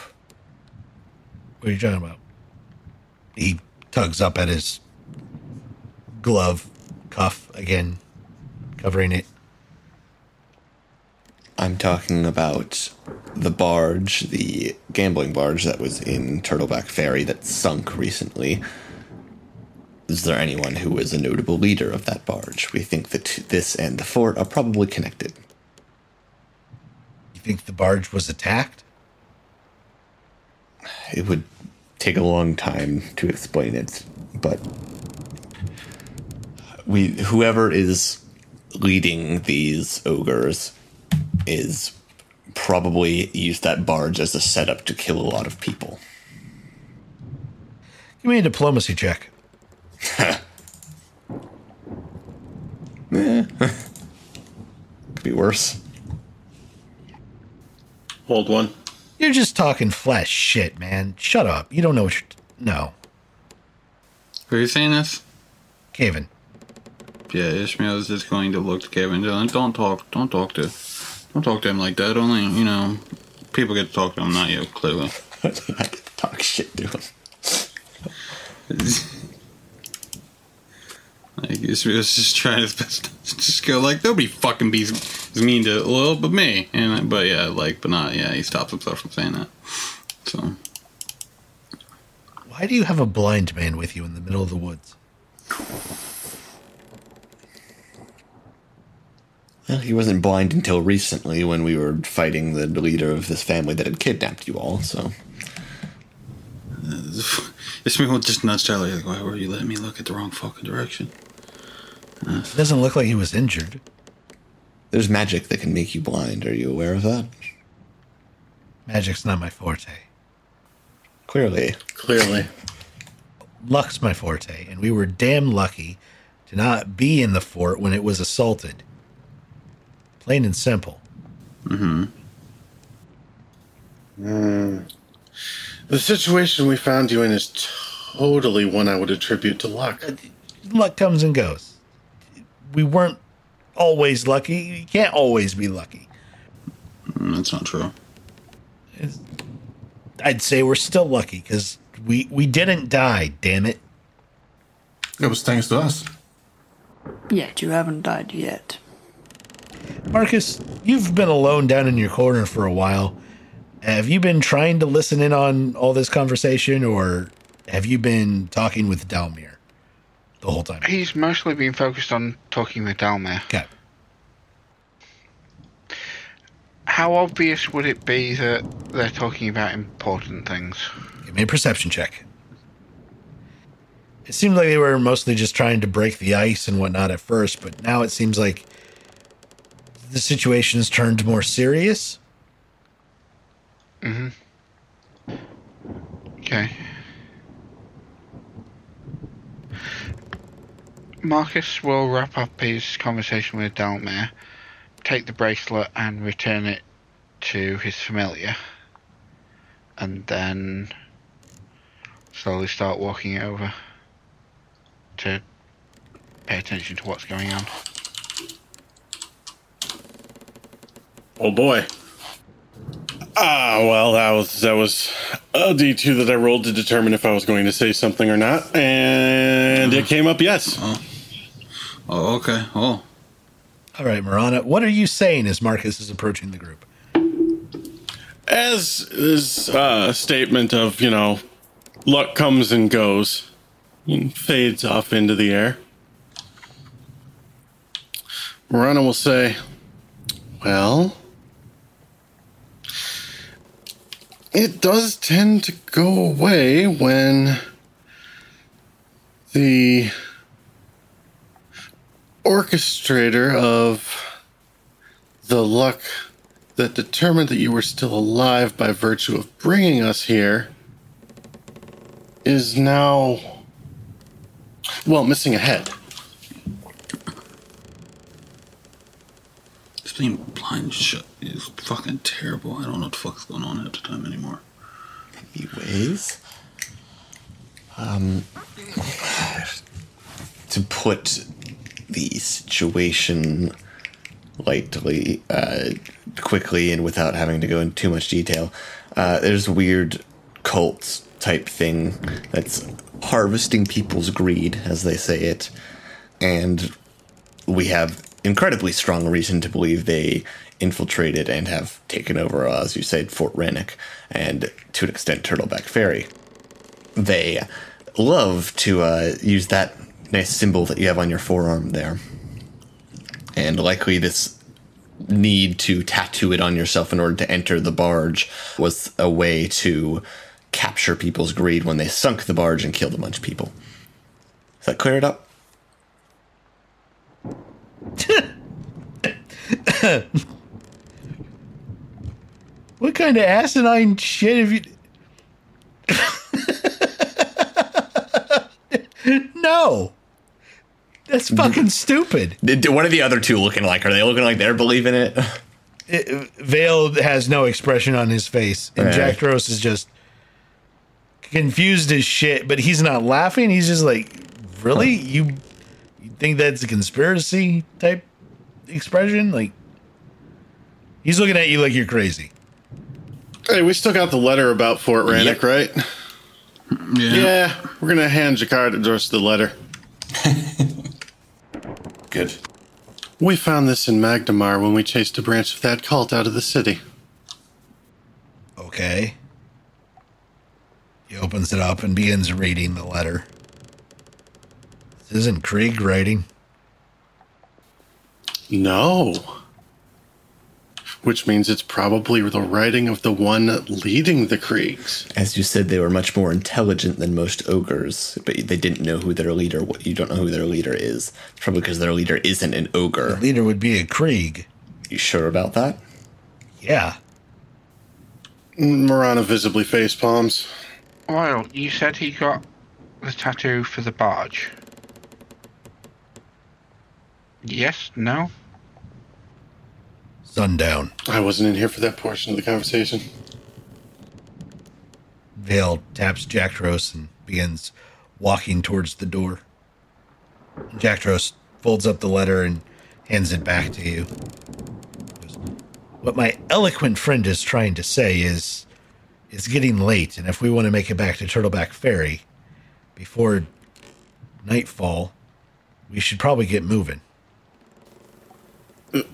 S1: What are you talking about? He tugs up at his glove cuff again, covering it.
S3: I'm talking about the barge, the gambling barge that was in Turtleback Ferry that sunk recently. Is there anyone who is a notable leader of that barge? We think that this and the fort are probably connected.
S1: You think the barge was attacked?
S3: It would take a long time to explain it, but we whoever is leading these ogres is probably used that barge as a setup to kill a lot of people.
S1: Give me a diplomacy check.
S3: Could be worse.
S6: Hold one.
S1: You're just talking flash shit, man. Shut up. You don't know what you're. T- no.
S2: Are you saying this?
S1: Caven.
S2: Yeah, Ishmael is just going to look to Kevin. Don't don't talk. Don't talk to. Don't talk to him like that. Only you know, people get to talk to him, not you. Clearly.
S3: Talk shit to him.
S2: Like Ishmael's just trying his best to just go like nobody fucking be as mean to Lil but me. And but yeah, like but not yeah. He stops himself from saying that. So
S1: Why do you have a blind man with you in the middle of the woods?
S3: Well, he wasn't blind until recently when we were fighting the leader of this family that had kidnapped you all, so.
S2: Ishmael just nuts Tyler. Like why were you letting me look at the wrong fucking direction?
S1: It doesn't look like he was injured.
S3: There's magic that can make you blind. Are you aware of that?
S1: Magic's not my forte.
S3: Clearly.
S6: Clearly.
S1: luck's my forte, and we were damn lucky to not be in the fort when it was assaulted. Plain and simple.
S6: The situation we found you in is totally one I would attribute to luck.
S1: Luck comes and goes. We weren't always lucky. You can't always be lucky.
S2: Mm, that's not true.
S1: It's- I'd say we're still lucky because we we didn't die. Damn it!
S12: It was thanks to us.
S4: Yet you haven't died yet.
S1: Marcus, you've been alone down in your corner for a while. Have you been trying to listen in on all this conversation, or have you been talking with Dalmir the whole time?
S8: He's mostly been focused on talking with Dalmir.
S1: Okay.
S8: How obvious would it be that they're talking about important things?
S1: Give me a perception check. It seemed like they were mostly just trying to break the ice and whatnot at first, but now it seems like the situation's turned more serious.
S8: Mm-hmm. Okay. Marcus will wrap up his conversation with Dalmir, take the bracelet and return it to his familiar, and then slowly start walking over to pay attention to what's going on.
S6: Oh boy. Ah, well, that was that was a D two that I rolled to determine if I was going to say something or not, and it came up yes.
S5: Oh, okay. Oh,
S1: All right, Marana, what are you saying as Marcus is approaching the group?
S6: As this uh, statement of you know, luck comes and goes, and fades off into the air. Morana will say, "Well." It does tend to go away when the orchestrator of the luck that determined that you were still alive by virtue of bringing us here is now, well, missing a head.
S5: this being blind shut is fucking terrible. I don't know what the fuck's going on at the time anymore.
S3: Anyways, um, to put the situation lightly, uh, quickly, and without having to go into too much detail, uh, there's a weird cult type thing that's harvesting people's greed, as they say it, and we have incredibly strong reason to believe they infiltrated and have taken over, uh, as you said, Fort Rannoch and to an extent Turtleback Ferry. They love to uh, use that nice symbol that you have on your forearm there. And likely this need to tattoo it on yourself in order to enter the barge was a way to capture people's greed when they sunk the barge and killed a bunch of people. Is that clear it up?
S1: What kind of asinine shit have you. no! That's fucking stupid.
S3: Did- What are the other two looking like? Are they looking like they're believing it?
S1: it, Vale has no expression on his face, and
S3: Right.
S1: Jack Dross is just confused as shit. But he's not laughing. He's just like, "Really? You, you think that's a conspiracy type expression? Like, he's looking at you like you're crazy."
S6: Hey, we still got the letter about Fort Rannoch, right? Yeah. we're gonna hand Jacquard the rest of the letter.
S12: Good.
S6: We found this in Magdamar when we chased a branch of that cult out of the city.
S1: Okay. He opens it up and begins reading the letter. This isn't Krieg writing.
S6: No. Which means it's probably the writing of the one leading the Kriegs.
S3: As you said, they were much more intelligent than most ogres, but they didn't know who their leader. What you don't know who their leader is. It's probably because their leader isn't an ogre.
S1: Leader would be a Krieg.
S3: You sure about that?
S1: Yeah.
S6: Mm, Marana visibly face palms.
S8: Royal, you said he got the tattoo for the barge. Yes, no?
S1: Sundown.
S6: I wasn't in here for that portion of the conversation.
S1: Vale taps Jackdros and begins walking towards the door. Jackdros folds up the letter and hands it back to you. What my eloquent friend is trying to say is It's getting late, and if we want to make it back to Turtleback Ferry before nightfall, we should probably get moving.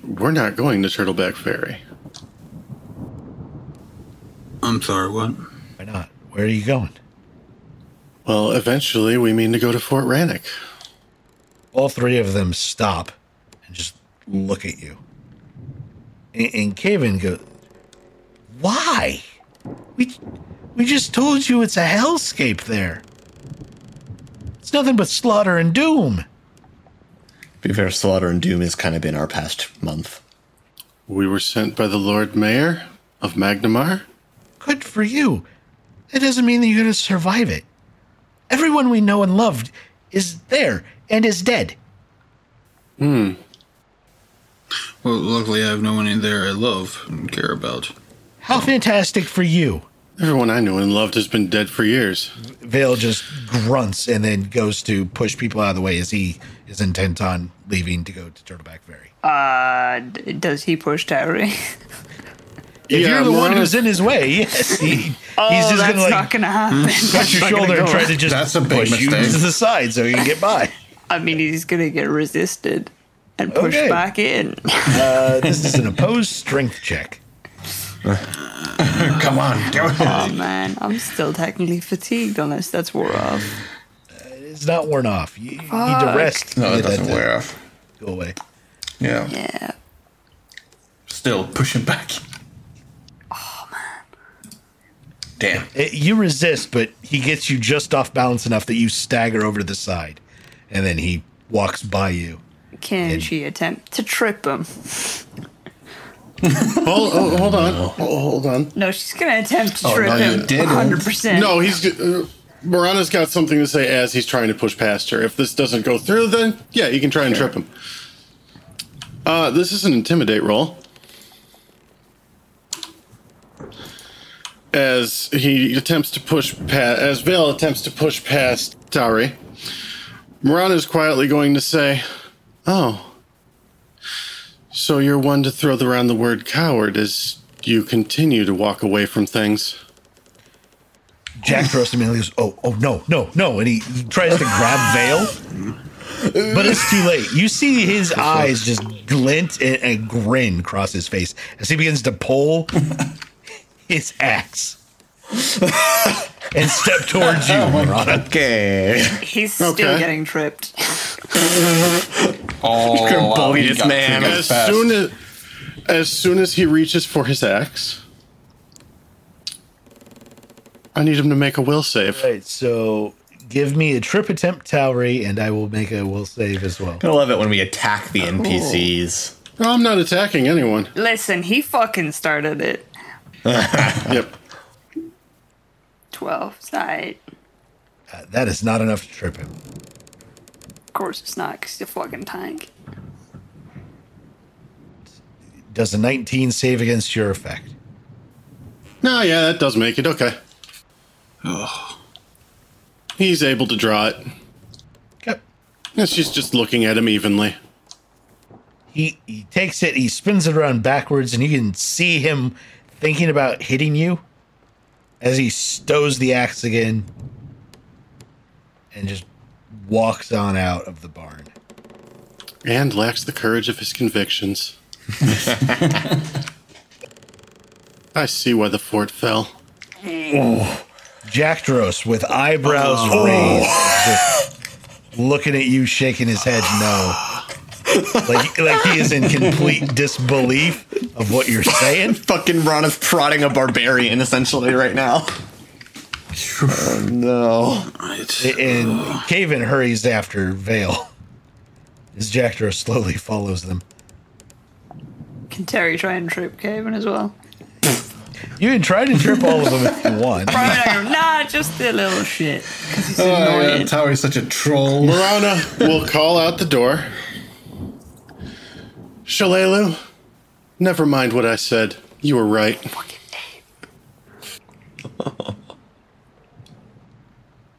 S6: We're not going to Turtleback Ferry.
S2: I'm sorry, what?
S1: Why not? Where are you going?
S6: Well, eventually we mean to go to Fort Rannoch.
S1: All three of them stop and just look at you. And, and Kevin goes, Why? We, we just told you it's a hellscape there. It's nothing but slaughter and doom.
S3: Be fair, slaughter and doom has kind of been our past month.
S6: We were sent by the Lord Mayor of Magnamar.
S1: Good for you. That doesn't mean that you're going to survive it. Everyone we know and loved is there and is dead.
S6: Hmm.
S2: Well, luckily I have no one in there I love and care about.
S1: How fantastic for you.
S6: Everyone I knew and loved has been dead for years.
S1: Vale just grunts and then goes to push people out of the way as he is intent on leaving to go to Turtleback Ferry.
S4: Uh, d- does he push Terry?
S1: If
S6: Yeah,
S1: you're the one
S6: Morana-
S1: who's in his way, yes. He,
S4: oh,
S1: he's just going
S4: that's
S1: to like
S4: not gonna happen.
S1: touch your shoulder and try to just
S5: That's a big
S1: push you
S5: mistake.
S1: to the side so you can get by.
S4: I mean, he's gonna get resisted and pushed
S1: Okay.
S4: back in.
S1: Uh, this is an opposed strength check.
S5: Come on, do it.
S4: Oh man, I'm still technically fatigued unless that's wore off.
S1: It's not worn off. You, you need to rest.
S5: No,
S1: to
S5: it
S1: get that
S5: doesn't
S1: to
S5: wear off.
S1: Go away.
S5: Yeah.
S4: Yeah.
S5: Still pushing back. Oh, man. Damn.
S1: It- you resist, but he gets you just off balance enough that you stagger over to the side, and then he walks by you.
S4: Can she attempt to trip him?
S6: Hold, oh, hold on. Oh, hold on.
S4: No, she's gonna attempt to trip
S5: no, you
S4: him.
S5: didn't.
S4: 100%.
S6: No, he's. Uh, Morana's got something to say as he's trying to push past her. If this doesn't go through, then yeah, you can try and trip him. Uh, this is an intimidate roll. As he attempts to push past, as Vale attempts to push past Tauri, Morana's quietly going to say, "Oh, so you're one to throw around the word coward as you continue to walk away from things."
S1: Jack throws him in and he goes, Oh, oh, no, no, no. And he, he tries to grab Vale, but it's too late. You see his eyes just glint and a grin cross his face as he begins to pull his axe and step towards you, Murata.
S3: Okay.
S4: He's still
S6: Okay.
S4: getting tripped.
S5: Oh,
S3: You're
S5: wow,
S3: bullying
S5: he
S3: this
S5: got
S3: man.
S5: too
S6: as
S5: fast.
S6: soon as as soon as he reaches for his axe, I need him to make a will save.
S1: All right, so give me a trip attempt, Towery, and I will make a will save as well.
S3: I love it when we attack the NPCs.
S6: No, I'm not attacking anyone.
S4: Listen, he fucking started it.
S6: Yep.
S4: 12. It's not eight.
S1: Uh, that is not enough to trip him.
S4: Of course it's not, because he's a fucking tank.
S1: Does a 19 save against your effect?
S6: No, yeah, that does make it okay. He's able to draw it.
S1: Yep.
S6: And She's just looking at him evenly.
S1: he he takes it, he spins it around backwards, and you can see him thinking about hitting you as he stows the axe again and just walks on out of the barn.
S6: And lacks the courage of his convictions. I see why the fort fell.
S1: Jack Dross with eyebrows raised, just looking at you, shaking his head no. like, like he is in complete disbelief of what you're saying.
S3: Fucking Ron is prodding a barbarian essentially right now. oh no.
S1: And Caven hurries after Vale. As Jackdor slowly follows them.
S4: Can Terry try and trip Caven as well?
S1: You can try to trip all of them if you want.
S4: Probably not gonna- nah, just a little shit. Because he's
S5: Oh, yeah,
S4: annoying.
S5: Tower's such a troll.
S6: Morana will call out the door. Shalelu, never mind what I said. You were right.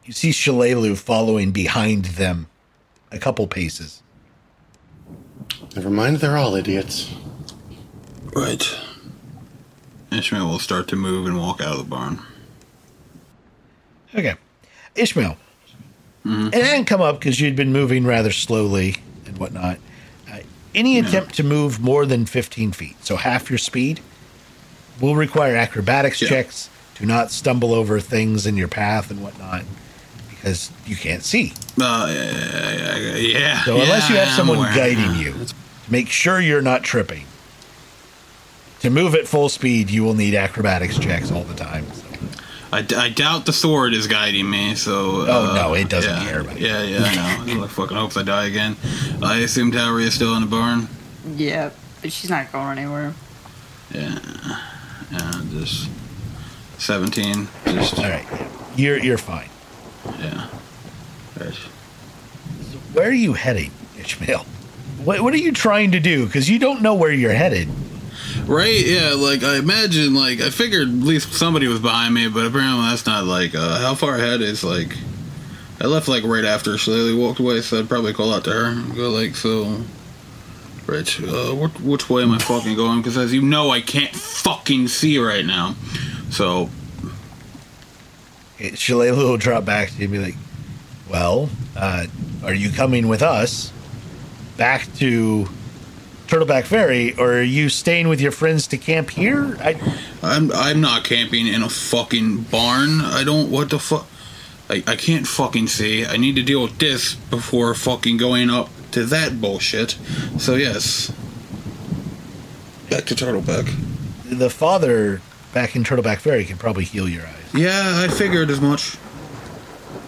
S1: You see Shalelu following behind them a couple paces.
S6: Never mind, they're all idiots.
S2: Right. Ishmael will start to move and walk out of the barn.
S1: Okay. Ishmael. It hadn't come up because you'd been moving rather slowly and whatnot. Uh, any attempt to move more than 15 feet, so half your speed, will require acrobatics checks. Do not stumble over things in your path and whatnot because you can't see.
S2: Uh, yeah, yeah, yeah.
S1: So unless you
S2: yeah,
S1: have
S2: I'm
S1: someone
S2: aware.
S1: guiding you, make sure you're not tripping. To move at full speed, you will need acrobatics checks all the time. so.
S2: I, d- I doubt the sword is guiding me, so.
S1: Oh,
S2: uh,
S1: no, it doesn't
S2: yeah,
S1: care about
S2: Yeah, yeah, I know. I fucking hope I die again. I assume Towery is still in the barn.
S4: Yeah, but she's not going anywhere.
S2: Yeah. And just 17. Just.
S1: All right, you're you're fine.
S2: Yeah. Right.
S1: Where are you heading, Ishmael? What, what are you trying to do? Because you don't know where you're headed.
S2: Right? Yeah, like I imagine, like I figured at least somebody was behind me, but apparently that's not like uh, how far ahead is like. I left like right after Shillelagh walked away, so I'd probably call out to her. and Go like so, Rich. Uh, what which way am I fucking going? Because as you know, I can't fucking see right now. So
S1: Shalala will drop back to you and be like, "Well, uh, are you coming with us back to Turtleback Ferry, or are you staying with your friends to camp here?" I,
S2: I'm I'm not camping in a fucking barn. I don't what the fuck. I, I can't fucking see. I need to deal with this before fucking going up to that bullshit. So yes. Back to Turtleback.
S1: the father back in Turtleback Ferry can probably heal your eyes.
S2: Yeah, I figured as much.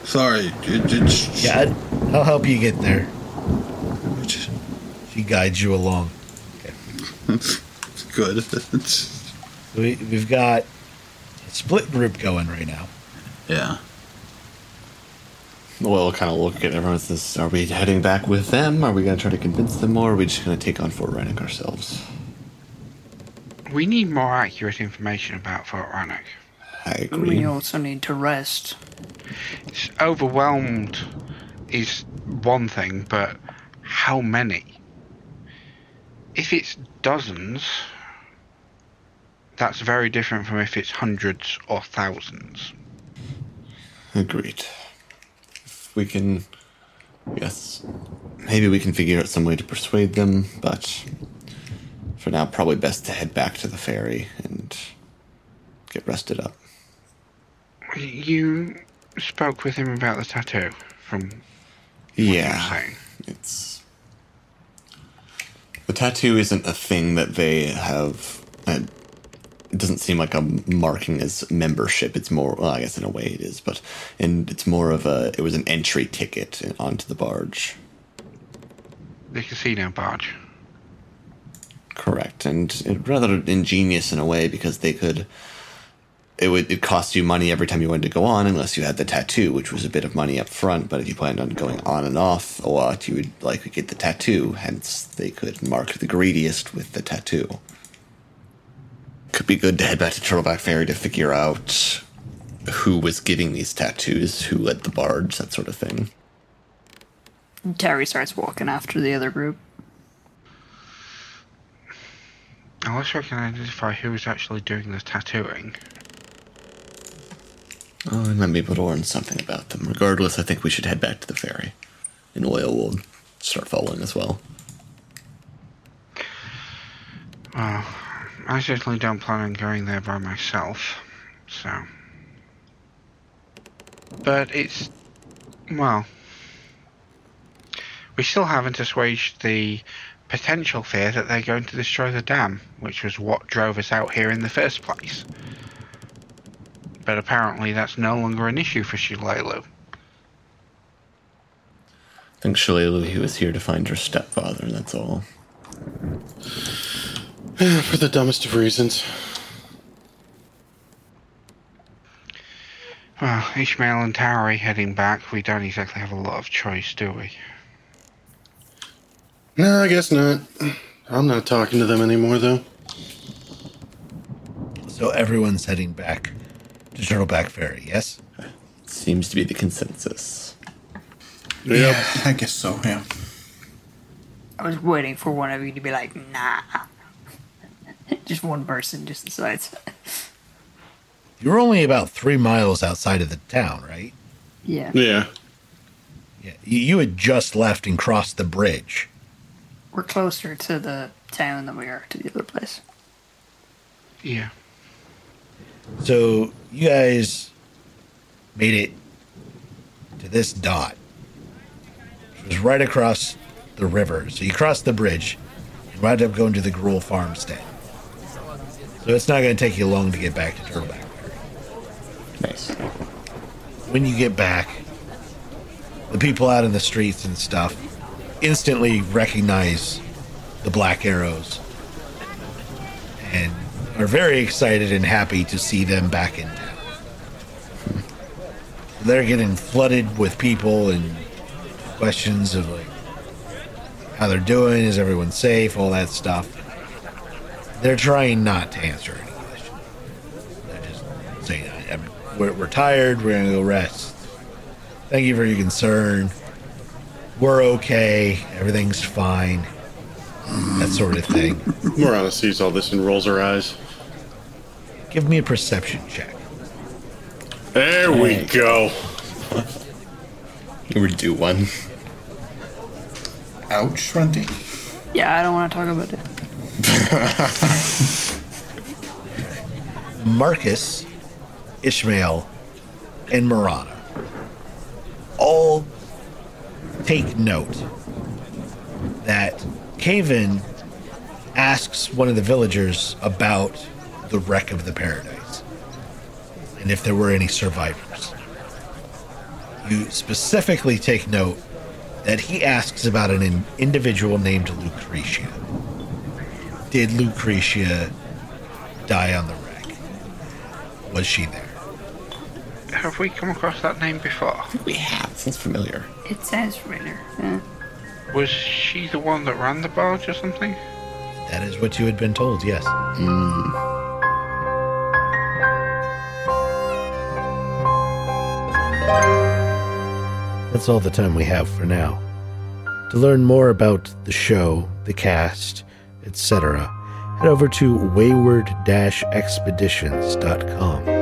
S2: Sorry. It, it's,
S1: Yeah, I'd- I'll help you get there. She guides you along.
S2: it's good. It's,
S1: We, we've got a split group going right now.
S2: yeah.
S3: We'll kind of look at everyone and says, are we heading back with them? Are we going to try to convince them more? Or are we just going to take on Fort Rannoch ourselves?
S8: We need more accurate information about Fort Rannoch.
S3: I agree.
S4: We also need to rest.
S8: It's overwhelmed is one thing, but how many? If it's dozens, that's very different from if it's hundreds or thousands.
S3: Agreed. If we can, yes, maybe we can figure out some way to persuade them, but for now, probably best to head back to the ferry and get rested up.
S8: You spoke with him about the tattoo from
S3: Yeah,
S8: saying.
S3: it's the tattoo isn't a thing that they have. uh, It doesn't seem like a marking as membership. It's more, well, I guess in a way it is, but and it's more of a. It was an entry ticket onto the barge.
S8: the casino barge.
S3: Correct, and it, rather ingenious in a way because they could. It would it cost you money every time you wanted to go on, unless you had the tattoo, which was a bit of money up front. But if you planned on going on and off a lot, you would likely get the tattoo. Hence, they could mark the greediest with the tattoo. Could be good to head back to Turtleback Ferry to figure out who was giving these tattoos, who led the barge, that sort of thing.
S4: Terry starts walking after the other group.
S8: Unless I can identify who is actually doing the tattooing.
S3: Oh, I might be able to learn something about them. Regardless, I think we should head back to the ferry. And Oil will start following as well.
S8: Well, I certainly don't plan on going there by myself, so. But it's. Well. We still haven't assuaged the potential fear that they're going to destroy the dam, which was what drove us out here in the first place. But apparently that's no longer an issue for Shulalu.
S3: I think Shalalu, he was here to find her stepfather, that's all.
S6: For the dumbest of reasons.
S8: Well, Ishmael and Tauri heading back, we don't exactly have a lot of choice, do we?
S6: No, I guess not. I'm not talking to them anymore, though.
S1: So everyone's heading back to Turtleback Ferry, yes?
S3: Seems to be the consensus.
S12: Yeah, I guess so. Yeah.
S4: I was waiting for one of you to be like, nah. just one person just decides.
S1: You're only about three miles outside of the town, right?
S4: Yeah.
S2: Yeah.
S1: Yeah. You, you had just left and crossed the bridge.
S4: We're closer to the town than we are to the other place.
S8: Yeah.
S1: So you guys made it to this dot. It was right across the river. So you crossed the bridge and wound up going to the Gruel farmstead. So it's not going to take you long to get back to Turtleback.
S3: Nice.
S1: When you get back, the people out in the streets and stuff instantly recognize the black arrows and are very excited and happy to see them back in town. They're getting flooded with people and questions of like how they're doing, is everyone safe, all that stuff. They're trying not to answer any questions. They're just saying, I, I'm, we're, we're tired, we're gonna go rest. Thank you for your concern. We're okay, everything's fine. That sort of thing.
S6: Morana sees all this and rolls her eyes.
S1: Give me a perception check.
S6: There we go.
S3: We do one.
S12: Ouch, Runty.
S4: Yeah, I don't want to talk about it.
S1: Marcus, Ishmael, and Marana all take note that Caven asks one of the villagers about the wreck of the paradise and if there were any survivors. You specifically take note that he asks about an in- individual named Lucretia. Did Lucretia die on the wreck? Was she there?
S8: Have we come across that name before?
S3: We have. Sounds familiar.
S4: It sounds familiar. Yeah.
S8: Was she the one that ran the barge or something?
S1: That is what you had been told, yes.
S13: Hmm. That's all the time we have for now. To learn more about the show, the cast, etc., head over to wayward-expeditions.com.